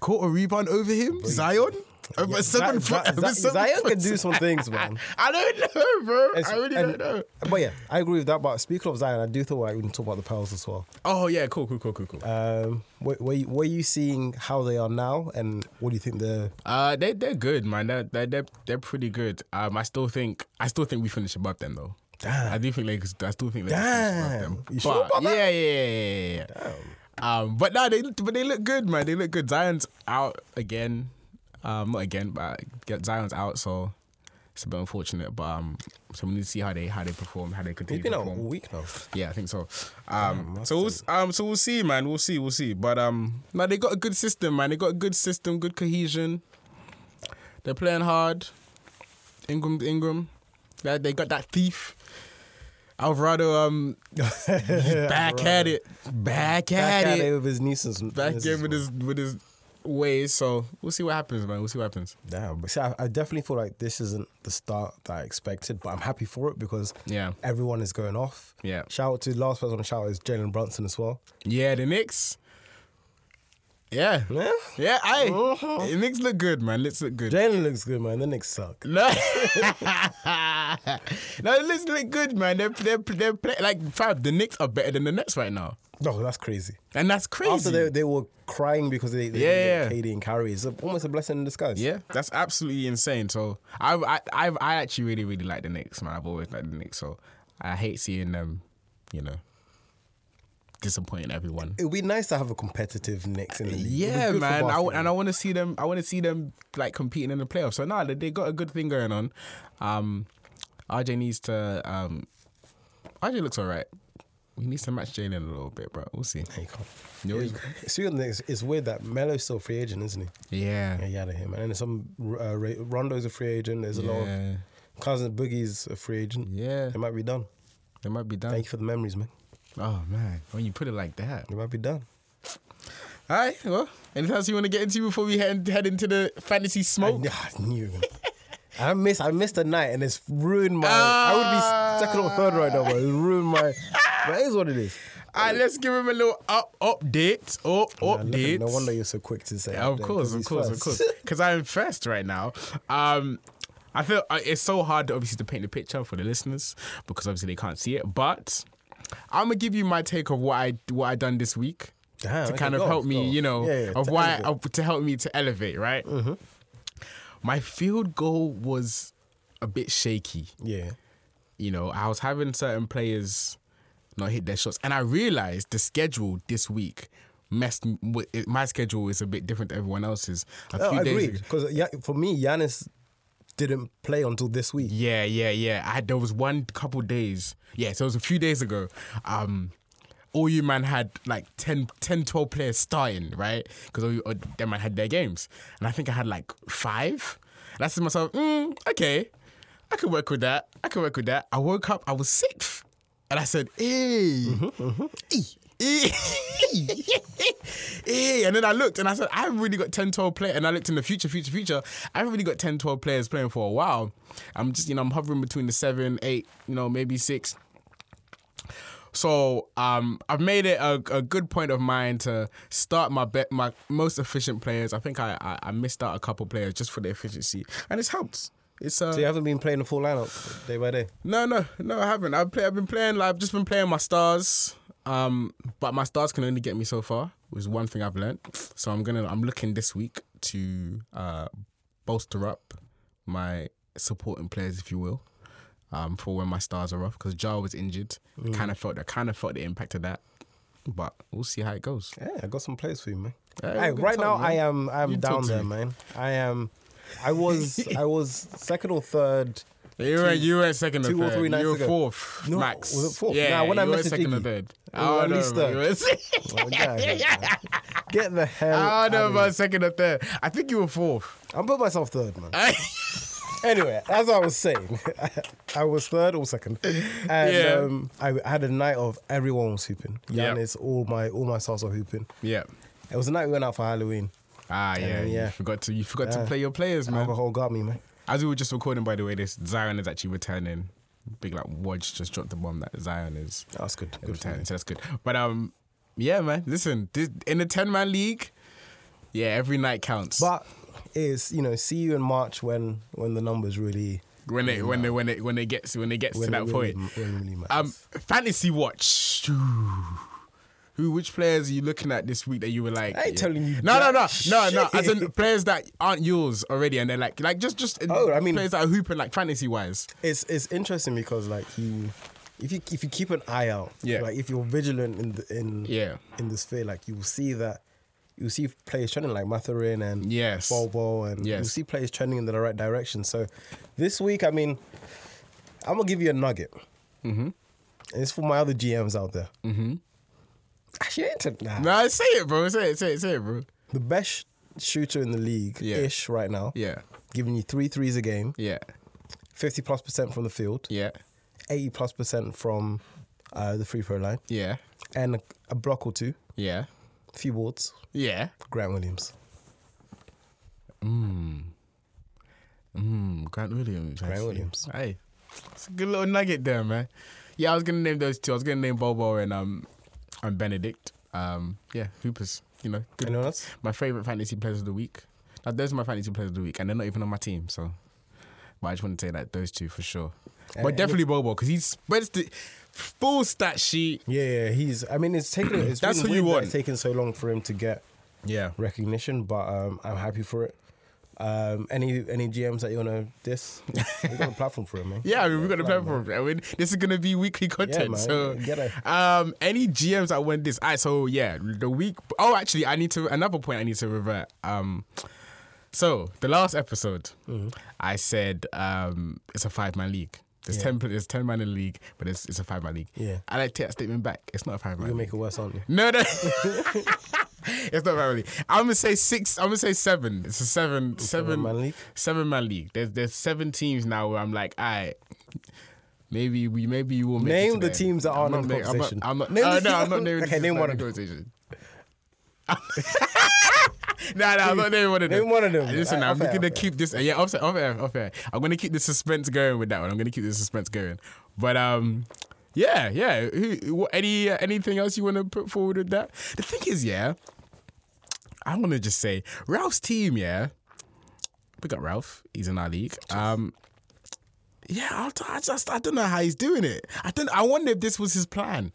[SPEAKER 3] caught a rebound over him. Zion, over
[SPEAKER 1] Yeah,
[SPEAKER 3] seven
[SPEAKER 1] Zi-
[SPEAKER 3] foot.
[SPEAKER 1] Zi-
[SPEAKER 3] over
[SPEAKER 1] Zi-
[SPEAKER 3] seven
[SPEAKER 1] Zion
[SPEAKER 3] foot.
[SPEAKER 1] can do some things, man.
[SPEAKER 3] I don't know, bro. I
[SPEAKER 1] It's-
[SPEAKER 3] really don't
[SPEAKER 1] and-
[SPEAKER 3] know.
[SPEAKER 1] But yeah, I agree with that. But speaking of Zion, I do think like, we can talk about the Pearls as well.
[SPEAKER 3] Oh yeah, cool, cool, cool, cool, cool.
[SPEAKER 1] Um, were, were, you, were you seeing how they are now, and what do you think the
[SPEAKER 3] Uh, they they're good, man. They're they're they're, they're pretty good. Um, I still think I still think we finish above them though.
[SPEAKER 1] Damn.
[SPEAKER 3] I do think Lakers. I still think Lakers finish above them.
[SPEAKER 1] Damn. You sure
[SPEAKER 3] But-
[SPEAKER 1] about that?
[SPEAKER 3] Yeah, yeah, yeah, yeah. yeah. Um, but no, they but they look good, man. They look good. Zion's out again. Um, not again, but get Zion's out, so it's a bit unfortunate. But um, so we need to see how they how they perform, how they continue.
[SPEAKER 1] He's been
[SPEAKER 3] to
[SPEAKER 1] out all
[SPEAKER 3] perform.
[SPEAKER 1] week now.
[SPEAKER 3] Yeah, I think so. Um, so we'll, um, so we'll see, man. We'll see, we'll see. But um, no, they got a good system, man. They got a good system, good cohesion.
[SPEAKER 2] They're playing hard. Ingram, Ingram, they, they got that thief. Alvarado, um, back at it, back
[SPEAKER 1] Back
[SPEAKER 2] at
[SPEAKER 1] at it
[SPEAKER 2] it,
[SPEAKER 1] with his nuisance.
[SPEAKER 2] back
[SPEAKER 1] nuisance
[SPEAKER 2] in
[SPEAKER 1] one.
[SPEAKER 2] with his with his ways. So we'll see what happens, man. We'll see what happens.
[SPEAKER 1] Damn. But see, I, I definitely feel like this isn't the start that I expected, but I'm happy for it because
[SPEAKER 2] Yeah.
[SPEAKER 1] everyone is going off.
[SPEAKER 2] Yeah.
[SPEAKER 1] Shout out to last person to shout out is Jalen Brunson as well.
[SPEAKER 2] Yeah, the Knicks. Yeah,
[SPEAKER 1] Yeah.
[SPEAKER 2] yeah, I. The Knicks look good, man. Let's look good.
[SPEAKER 1] Jalen looks good, man. The Knicks suck.
[SPEAKER 2] No, no, it looks like good, man. They're they're they're play, like fam, the Knicks are better than the Nets right now,
[SPEAKER 1] No, that's crazy.
[SPEAKER 2] and that's crazy.
[SPEAKER 1] After they, they were crying because they, they
[SPEAKER 2] Yeah,
[SPEAKER 1] didn't get KD and Kyrie. It's almost a blessing in disguise.
[SPEAKER 2] yeah, that's absolutely insane. So I I I I actually really really like the Knicks, man. I've always liked the Knicks, so I hate seeing them, you know, disappointing everyone.
[SPEAKER 1] It would be nice to have a competitive Knicks in the league. It'd be
[SPEAKER 2] Yeah,
[SPEAKER 1] good for
[SPEAKER 2] man. I w-
[SPEAKER 1] basketball.
[SPEAKER 2] and I want to see them. I want to see them like competing in the playoffs. So now nah, they- they got a good thing going on. Um, RJ needs to. Um, RJ looks alright. We need to match Jalen a little bit, but we'll see.
[SPEAKER 1] There you go.
[SPEAKER 2] No,
[SPEAKER 1] It's- it's weird, that it's, it's weird that Melo's still a free agent, isn't he? Yeah,
[SPEAKER 2] Yeah.
[SPEAKER 1] you out of him. And then some uh, Ray- Rondo's a free agent. There's a lot of
[SPEAKER 2] Yeah.
[SPEAKER 1] cousin Boogie's a free agent.
[SPEAKER 2] Yeah.
[SPEAKER 1] They might be done.
[SPEAKER 2] They might be done.
[SPEAKER 1] Thank you for the memories, man.
[SPEAKER 2] Oh man, when you put it like that.
[SPEAKER 1] They might be done.
[SPEAKER 2] All right. Well, anything else you want to get into before we head head into the fantasy
[SPEAKER 1] I,
[SPEAKER 2] smoke?
[SPEAKER 1] kn- I knew. it. I missed. I missed a night, and it's ruined my. I would be second or third right now, but it's ruined my. But it is what it is.
[SPEAKER 2] All right. Let's give him a little up update.
[SPEAKER 1] Man,
[SPEAKER 2] Oh,
[SPEAKER 1] look at-
[SPEAKER 2] update.
[SPEAKER 1] No wonder you're so quick to say.
[SPEAKER 2] Yeah, of
[SPEAKER 1] update,
[SPEAKER 2] course,
[SPEAKER 1] 'cause
[SPEAKER 2] of
[SPEAKER 1] he's
[SPEAKER 2] course, of
[SPEAKER 1] first.
[SPEAKER 2] course. Because I'm first right now. Um, I feel uh, it's so hard, to obviously, to paint the picture for the listeners because obviously they can't see it. But I'm gonna give you my take of what I what I done this week
[SPEAKER 1] Damn,
[SPEAKER 2] to
[SPEAKER 1] okay,
[SPEAKER 2] kind of
[SPEAKER 1] go,
[SPEAKER 2] help me,
[SPEAKER 1] go.
[SPEAKER 2] you know,
[SPEAKER 1] Oh, Yeah, yeah,
[SPEAKER 2] of
[SPEAKER 1] to
[SPEAKER 2] why
[SPEAKER 1] elevate. Mm-hmm.
[SPEAKER 2] of- to help me to elevate. Right. My field goal was a bit shaky
[SPEAKER 1] Yeah.
[SPEAKER 2] you know, I was having certain players not hit their shots, and I realized the schedule this week messed m- with- it- my schedule is a bit different to everyone else's. A
[SPEAKER 1] Oh,
[SPEAKER 2] few
[SPEAKER 1] I
[SPEAKER 2] days
[SPEAKER 1] agreed.
[SPEAKER 2] ago-
[SPEAKER 1] Because for me, Giannis didn't play until this week.
[SPEAKER 2] Yeah, yeah, yeah. I had, there was one couple days. Yeah, so it was a few days ago. Um, all you man had like 10, 10 12 players starting, right? Because all you, uh, them man had their games, and I think I had like five. And I said to myself, mm, okay, I could work with that. I could work with that. I woke up, I was sixth, and I said, hey, Eh, and then I looked and I said, I haven't really got 10, 12 players. And I looked in the future, future, future. I haven't really got 10, 12 players playing for a while. I'm just, you know, I'm hovering between the seven, eight, you know, maybe six. So um, I've made it a, a good point of mine to start my be- my most efficient players. I think I, I, I missed out a couple players just for the efficiency, and it's helped. It's uh,
[SPEAKER 1] So you haven't been playing the full lineup day by day.
[SPEAKER 2] no, no, no, I haven't. I've play, I've been playing. Like, I've just been playing my stars. Um, but my stars can only get me so far. Was one thing I've learned. So I'm gonna. I'm looking this week to uh, bolster up my supporting players, if you will, um, for when my stars are off. Because Jar was injured. Kind of felt. I kind of felt the impact of that. But we'll see how it goes.
[SPEAKER 1] Yeah, I got some plays for you, man.
[SPEAKER 2] Yeah,
[SPEAKER 1] Hey,
[SPEAKER 2] good
[SPEAKER 1] right
[SPEAKER 2] talk,
[SPEAKER 1] now
[SPEAKER 2] man.
[SPEAKER 1] I am I'm
[SPEAKER 2] You talk
[SPEAKER 1] down
[SPEAKER 2] to
[SPEAKER 1] there,
[SPEAKER 2] me.
[SPEAKER 1] man. I am I was I was second or third.
[SPEAKER 2] You were you were second or
[SPEAKER 1] two or
[SPEAKER 2] third.
[SPEAKER 1] three nights
[SPEAKER 2] you were
[SPEAKER 1] ago.
[SPEAKER 2] fourth,
[SPEAKER 1] No,
[SPEAKER 2] max.
[SPEAKER 1] was it fourth?
[SPEAKER 2] Yeah,
[SPEAKER 1] Nah, when
[SPEAKER 2] you
[SPEAKER 1] I
[SPEAKER 2] were
[SPEAKER 1] messaged
[SPEAKER 2] second or
[SPEAKER 1] Iggy,
[SPEAKER 2] third.
[SPEAKER 1] it was
[SPEAKER 2] I
[SPEAKER 1] at
[SPEAKER 2] don't
[SPEAKER 1] least
[SPEAKER 2] know, man.
[SPEAKER 1] third.
[SPEAKER 2] You were- Oh,
[SPEAKER 1] Oh, yeah, yeah. Get the hell
[SPEAKER 2] I
[SPEAKER 1] out
[SPEAKER 2] don't know
[SPEAKER 1] of
[SPEAKER 2] about
[SPEAKER 1] here.
[SPEAKER 2] second or third. I think you were fourth.
[SPEAKER 1] I'm putting myself third, man. Anyway, as I was saying, I was third or second. And
[SPEAKER 2] Yeah.
[SPEAKER 1] um, I had a night of everyone was hooping.
[SPEAKER 2] Yeah.
[SPEAKER 1] Giannis, all my all my stars were hooping.
[SPEAKER 2] yeah.
[SPEAKER 1] It was a night we went out for Halloween.
[SPEAKER 2] Ah, yeah.
[SPEAKER 1] then,
[SPEAKER 2] You
[SPEAKER 1] yeah.
[SPEAKER 2] forgot to you forgot to
[SPEAKER 1] Yeah.
[SPEAKER 2] play your players, man.
[SPEAKER 1] Alcohol got me, man.
[SPEAKER 2] As we were just recording, by the way, this Zion is actually returning. Big like Wodge just dropped the bomb that Zion is
[SPEAKER 1] That's good. Good for
[SPEAKER 2] returning, so that's good. But um, yeah, man. Listen, this, in the ten man league, yeah, every night counts.
[SPEAKER 1] But it's you know, see you in March when when the numbers really
[SPEAKER 2] when it when it when it when it gets when it gets
[SPEAKER 1] when
[SPEAKER 2] to that
[SPEAKER 1] it really,
[SPEAKER 2] point,
[SPEAKER 1] when it really
[SPEAKER 2] um,
[SPEAKER 1] matters.
[SPEAKER 2] fantasy watch. Who, which players are you looking at this week that you were like?
[SPEAKER 1] I ain't telling you
[SPEAKER 2] No, no, no,
[SPEAKER 1] jack
[SPEAKER 2] no, no. As in
[SPEAKER 1] shit.
[SPEAKER 2] players that aren't yours already, and they're like, like just, just.
[SPEAKER 1] Oh, I mean-
[SPEAKER 2] players that are hooping like fantasy wise.
[SPEAKER 1] it's it's interesting because like you if you if you keep an eye out,
[SPEAKER 2] Yeah.
[SPEAKER 1] like if you're vigilant in the in
[SPEAKER 2] Yeah.
[SPEAKER 1] in the sphere, like you will see that you will see players trending like Mathurin and
[SPEAKER 2] Yes.
[SPEAKER 1] Bobo and you'll
[SPEAKER 2] Yes.
[SPEAKER 1] see players trending in the right direction. So this week, I mean, I'm gonna give you a nugget. Mm-hmm. And it's for my other GMs out there. Mm-hmm. Actually, I ain't t- nah.
[SPEAKER 2] Uh, No, say it, bro. Say it, say it, say it, bro.
[SPEAKER 1] the best shooter in the league
[SPEAKER 2] Yeah.
[SPEAKER 1] ish right now,
[SPEAKER 2] Yeah.
[SPEAKER 1] giving you three threes a game,
[SPEAKER 2] Yeah.
[SPEAKER 1] 50 plus percent from the field,
[SPEAKER 2] Yeah.
[SPEAKER 1] 80 plus percent from uh, the free throw line,
[SPEAKER 2] Yeah.
[SPEAKER 1] and a, a block or two,
[SPEAKER 2] Yeah.
[SPEAKER 1] few boards,
[SPEAKER 2] Yeah.
[SPEAKER 1] Grant Williams.
[SPEAKER 2] Mm, Grant Williams.
[SPEAKER 1] Grant
[SPEAKER 2] actually.
[SPEAKER 1] Williams.
[SPEAKER 2] Hey, it's a good little nugget there, man. Yeah, I was gonna name those two. I was gonna name Bobo and um and Benedict. Um, yeah, Hoopers. You know, good.
[SPEAKER 1] Anyone else?
[SPEAKER 2] My favorite fantasy players of the week. Now, those are my fantasy players of the week, and they're not even on my team. So, but I just want to say that those two for sure.
[SPEAKER 1] And-
[SPEAKER 2] but
[SPEAKER 1] and
[SPEAKER 2] definitely Bobo because he spreads the full stat sheet.
[SPEAKER 1] Yeah, yeah, he's. I mean, it's taken. It's
[SPEAKER 2] That's
[SPEAKER 1] been
[SPEAKER 2] who you
[SPEAKER 1] weird that
[SPEAKER 2] want.
[SPEAKER 1] It's taken so long for him to get
[SPEAKER 2] Yeah.
[SPEAKER 1] recognition, but um, I'm happy for it. Um, any any GMs that you wanna diss? we got a platform for it, man.
[SPEAKER 2] Yeah, I mean, we got the
[SPEAKER 1] Fine, man.
[SPEAKER 2] platform. I mean, this is gonna be weekly content.
[SPEAKER 1] man,
[SPEAKER 2] so,
[SPEAKER 1] get it.
[SPEAKER 2] um, any GMs that went this? I so yeah, the week. Oh, actually, I need to another point. I need to revert. Um, so the last episode,
[SPEAKER 1] Mm-hmm.
[SPEAKER 2] I said um, it's a five man league. There's
[SPEAKER 1] Yeah.
[SPEAKER 2] ten. pl- There's ten man in the league, but it's it's a five man league.
[SPEAKER 1] Yeah.
[SPEAKER 2] I like take that statement back. It's not a five man.
[SPEAKER 1] You'll make it worse, aren't you?
[SPEAKER 2] No, no. it's not family. I'm gonna say six. I'm gonna say seven. It's a seven, seven
[SPEAKER 1] man league?
[SPEAKER 2] Seven man league. There's there's seven teams now where I'm like, all right. Maybe we maybe you will make it
[SPEAKER 1] Name
[SPEAKER 2] to
[SPEAKER 1] the
[SPEAKER 2] end."
[SPEAKER 1] teams that
[SPEAKER 2] I'm
[SPEAKER 1] aren't
[SPEAKER 2] not
[SPEAKER 1] in
[SPEAKER 2] na-
[SPEAKER 1] conversation.
[SPEAKER 2] I'm not. I'm
[SPEAKER 1] Name
[SPEAKER 2] not
[SPEAKER 1] the
[SPEAKER 2] uh,
[SPEAKER 1] teams
[SPEAKER 2] no, I'm
[SPEAKER 1] that-
[SPEAKER 2] not naming. the
[SPEAKER 1] Okay,
[SPEAKER 2] teams
[SPEAKER 1] name
[SPEAKER 2] that
[SPEAKER 1] one
[SPEAKER 2] aren't in
[SPEAKER 1] of
[SPEAKER 2] conversation. Nah, nah, I'm not naming one of them.
[SPEAKER 1] Name one of them.
[SPEAKER 2] Listen,
[SPEAKER 1] Uh,
[SPEAKER 2] I'm
[SPEAKER 1] off air,
[SPEAKER 2] gonna
[SPEAKER 1] off air.
[SPEAKER 2] keep this. Yeah, off, off air, off air. I'm gonna keep the suspense going with that one. I'm gonna keep the suspense going. But um, yeah, yeah. Who, what, any uh, anything else you want to put forward with that? The thing is, yeah, I want to just say Ralph's team. Yeah, we got Ralph. He's in our league. Um. Yeah, I'll t- I just I don't know how he's doing it. I don't. I wonder if this was his plan.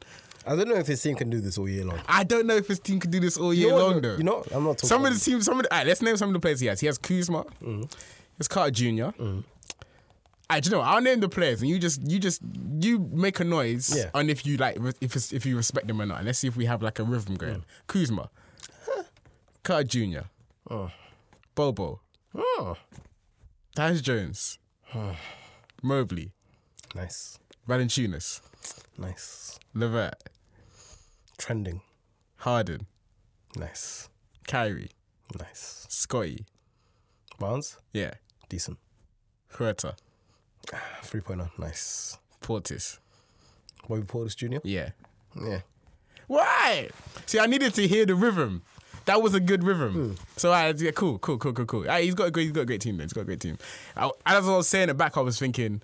[SPEAKER 1] I don't know if his team can do this all year long.
[SPEAKER 2] I don't know if his team could do this all
[SPEAKER 1] You
[SPEAKER 2] year
[SPEAKER 1] know what?
[SPEAKER 2] long though.
[SPEAKER 1] You know, I'm not talking.
[SPEAKER 2] Some of
[SPEAKER 1] about
[SPEAKER 2] the teams, some of the, all right, let's name some of the players he has. He has Kuzma. He has Carter Junior. I do you know. what? I'll name the players, and you just you just you make a noise
[SPEAKER 1] Yeah.
[SPEAKER 2] on if you like re- if it's, if you respect them or not. Let's see if we have like a rhythm going. Kuzma, Carter Junior, Bobo,
[SPEAKER 1] Oh,
[SPEAKER 2] Tyus Jones, Mobley,
[SPEAKER 1] nice,
[SPEAKER 2] Valanciunas,
[SPEAKER 1] nice,
[SPEAKER 2] Levert,
[SPEAKER 1] trending,
[SPEAKER 2] Harden,
[SPEAKER 1] nice,
[SPEAKER 2] Kyrie,
[SPEAKER 1] nice.
[SPEAKER 2] Scotty,
[SPEAKER 1] Barnes,
[SPEAKER 2] yeah,
[SPEAKER 1] decent.
[SPEAKER 2] Huerta,
[SPEAKER 1] Three pointer, nice.
[SPEAKER 2] Portis,
[SPEAKER 1] Bobby Portis Jr.
[SPEAKER 2] yeah.
[SPEAKER 1] Yeah.
[SPEAKER 2] Why? See, I needed to hear the rhythm. That was a good
[SPEAKER 1] Hmm.
[SPEAKER 2] rhythm. So I yeah, cool, cool, cool, cool, cool. Alright, he's got a great, he's got a great team. Then. He's got a great team. I, as I was saying it back, I was thinking,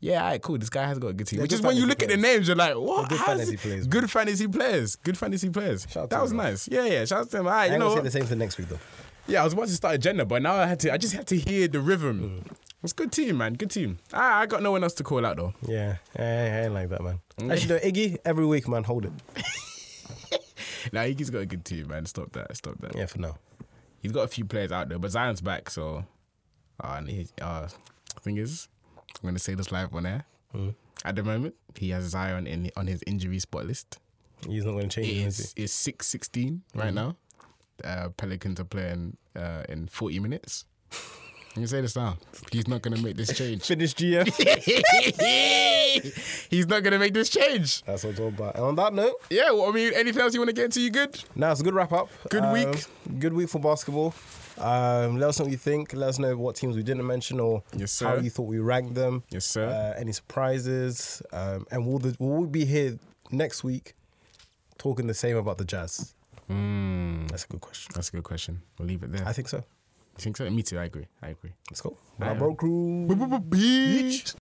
[SPEAKER 2] yeah, all right, cool. This guy has got a good team.
[SPEAKER 1] They're
[SPEAKER 2] Which
[SPEAKER 1] good
[SPEAKER 2] is when you
[SPEAKER 1] fantasy
[SPEAKER 2] look at the
[SPEAKER 1] players.
[SPEAKER 2] names, you're like, what?
[SPEAKER 1] They're good
[SPEAKER 2] How is
[SPEAKER 1] fantasy
[SPEAKER 2] it-
[SPEAKER 1] players,
[SPEAKER 2] Good fantasy players. Good fantasy players.
[SPEAKER 1] Shout out
[SPEAKER 2] that
[SPEAKER 1] to
[SPEAKER 2] was
[SPEAKER 1] them,
[SPEAKER 2] nice. Yeah, yeah. Shout out to them. All right,
[SPEAKER 1] I
[SPEAKER 2] you
[SPEAKER 1] ain't
[SPEAKER 2] know
[SPEAKER 1] gonna say
[SPEAKER 2] what?
[SPEAKER 1] the same for next week though.
[SPEAKER 2] Yeah, I was about to start agenda, but now I had to. I just had to hear the rhythm.
[SPEAKER 1] Hmm.
[SPEAKER 2] It's good team, man. Good team. Ah, I, I got no one else to call out though.
[SPEAKER 1] Yeah, I, I ain't like that, man. Actually, no, Iggy, every week, man, hold it.
[SPEAKER 2] Now nah, Iggy's got a good team, man. Stop that. Stop that.
[SPEAKER 1] Yeah, for now.
[SPEAKER 2] He's got a few players out there, but Zion's back, so uh, and he, uh thing is, I'm gonna say this live on air. At the moment, he has Zion in on his injury spot list.
[SPEAKER 1] He's not gonna change
[SPEAKER 2] It
[SPEAKER 1] it, is he?
[SPEAKER 2] is is six sixteen right now. Uh, Pelicans are playing uh, in forty minutes. I'm gonna say this now. He's not gonna make this change.
[SPEAKER 1] Finish GM.
[SPEAKER 2] He's not gonna make this change.
[SPEAKER 1] That's what it's all about. And on that note,
[SPEAKER 2] Yeah, well, I mean, anything else you want to get into? You good?
[SPEAKER 1] now it's a good wrap up.
[SPEAKER 2] Good
[SPEAKER 1] Um,
[SPEAKER 2] week.
[SPEAKER 1] Good week for basketball. Um, let us know what you think. Let us know what teams we didn't mention or
[SPEAKER 2] Yes,
[SPEAKER 1] how
[SPEAKER 2] sir.
[SPEAKER 1] you thought we ranked them.
[SPEAKER 2] Yes, sir.
[SPEAKER 1] Uh, any surprises? Um, and will the will we be here next week talking the same about the Jazz?
[SPEAKER 2] Hmm.
[SPEAKER 1] That's a good question.
[SPEAKER 2] That's a good question. We'll leave it there.
[SPEAKER 1] I think so.
[SPEAKER 2] You think so? Me too. I agree. I agree.
[SPEAKER 1] Let's go.
[SPEAKER 2] Alright.
[SPEAKER 1] Bro crew.
[SPEAKER 2] Beach.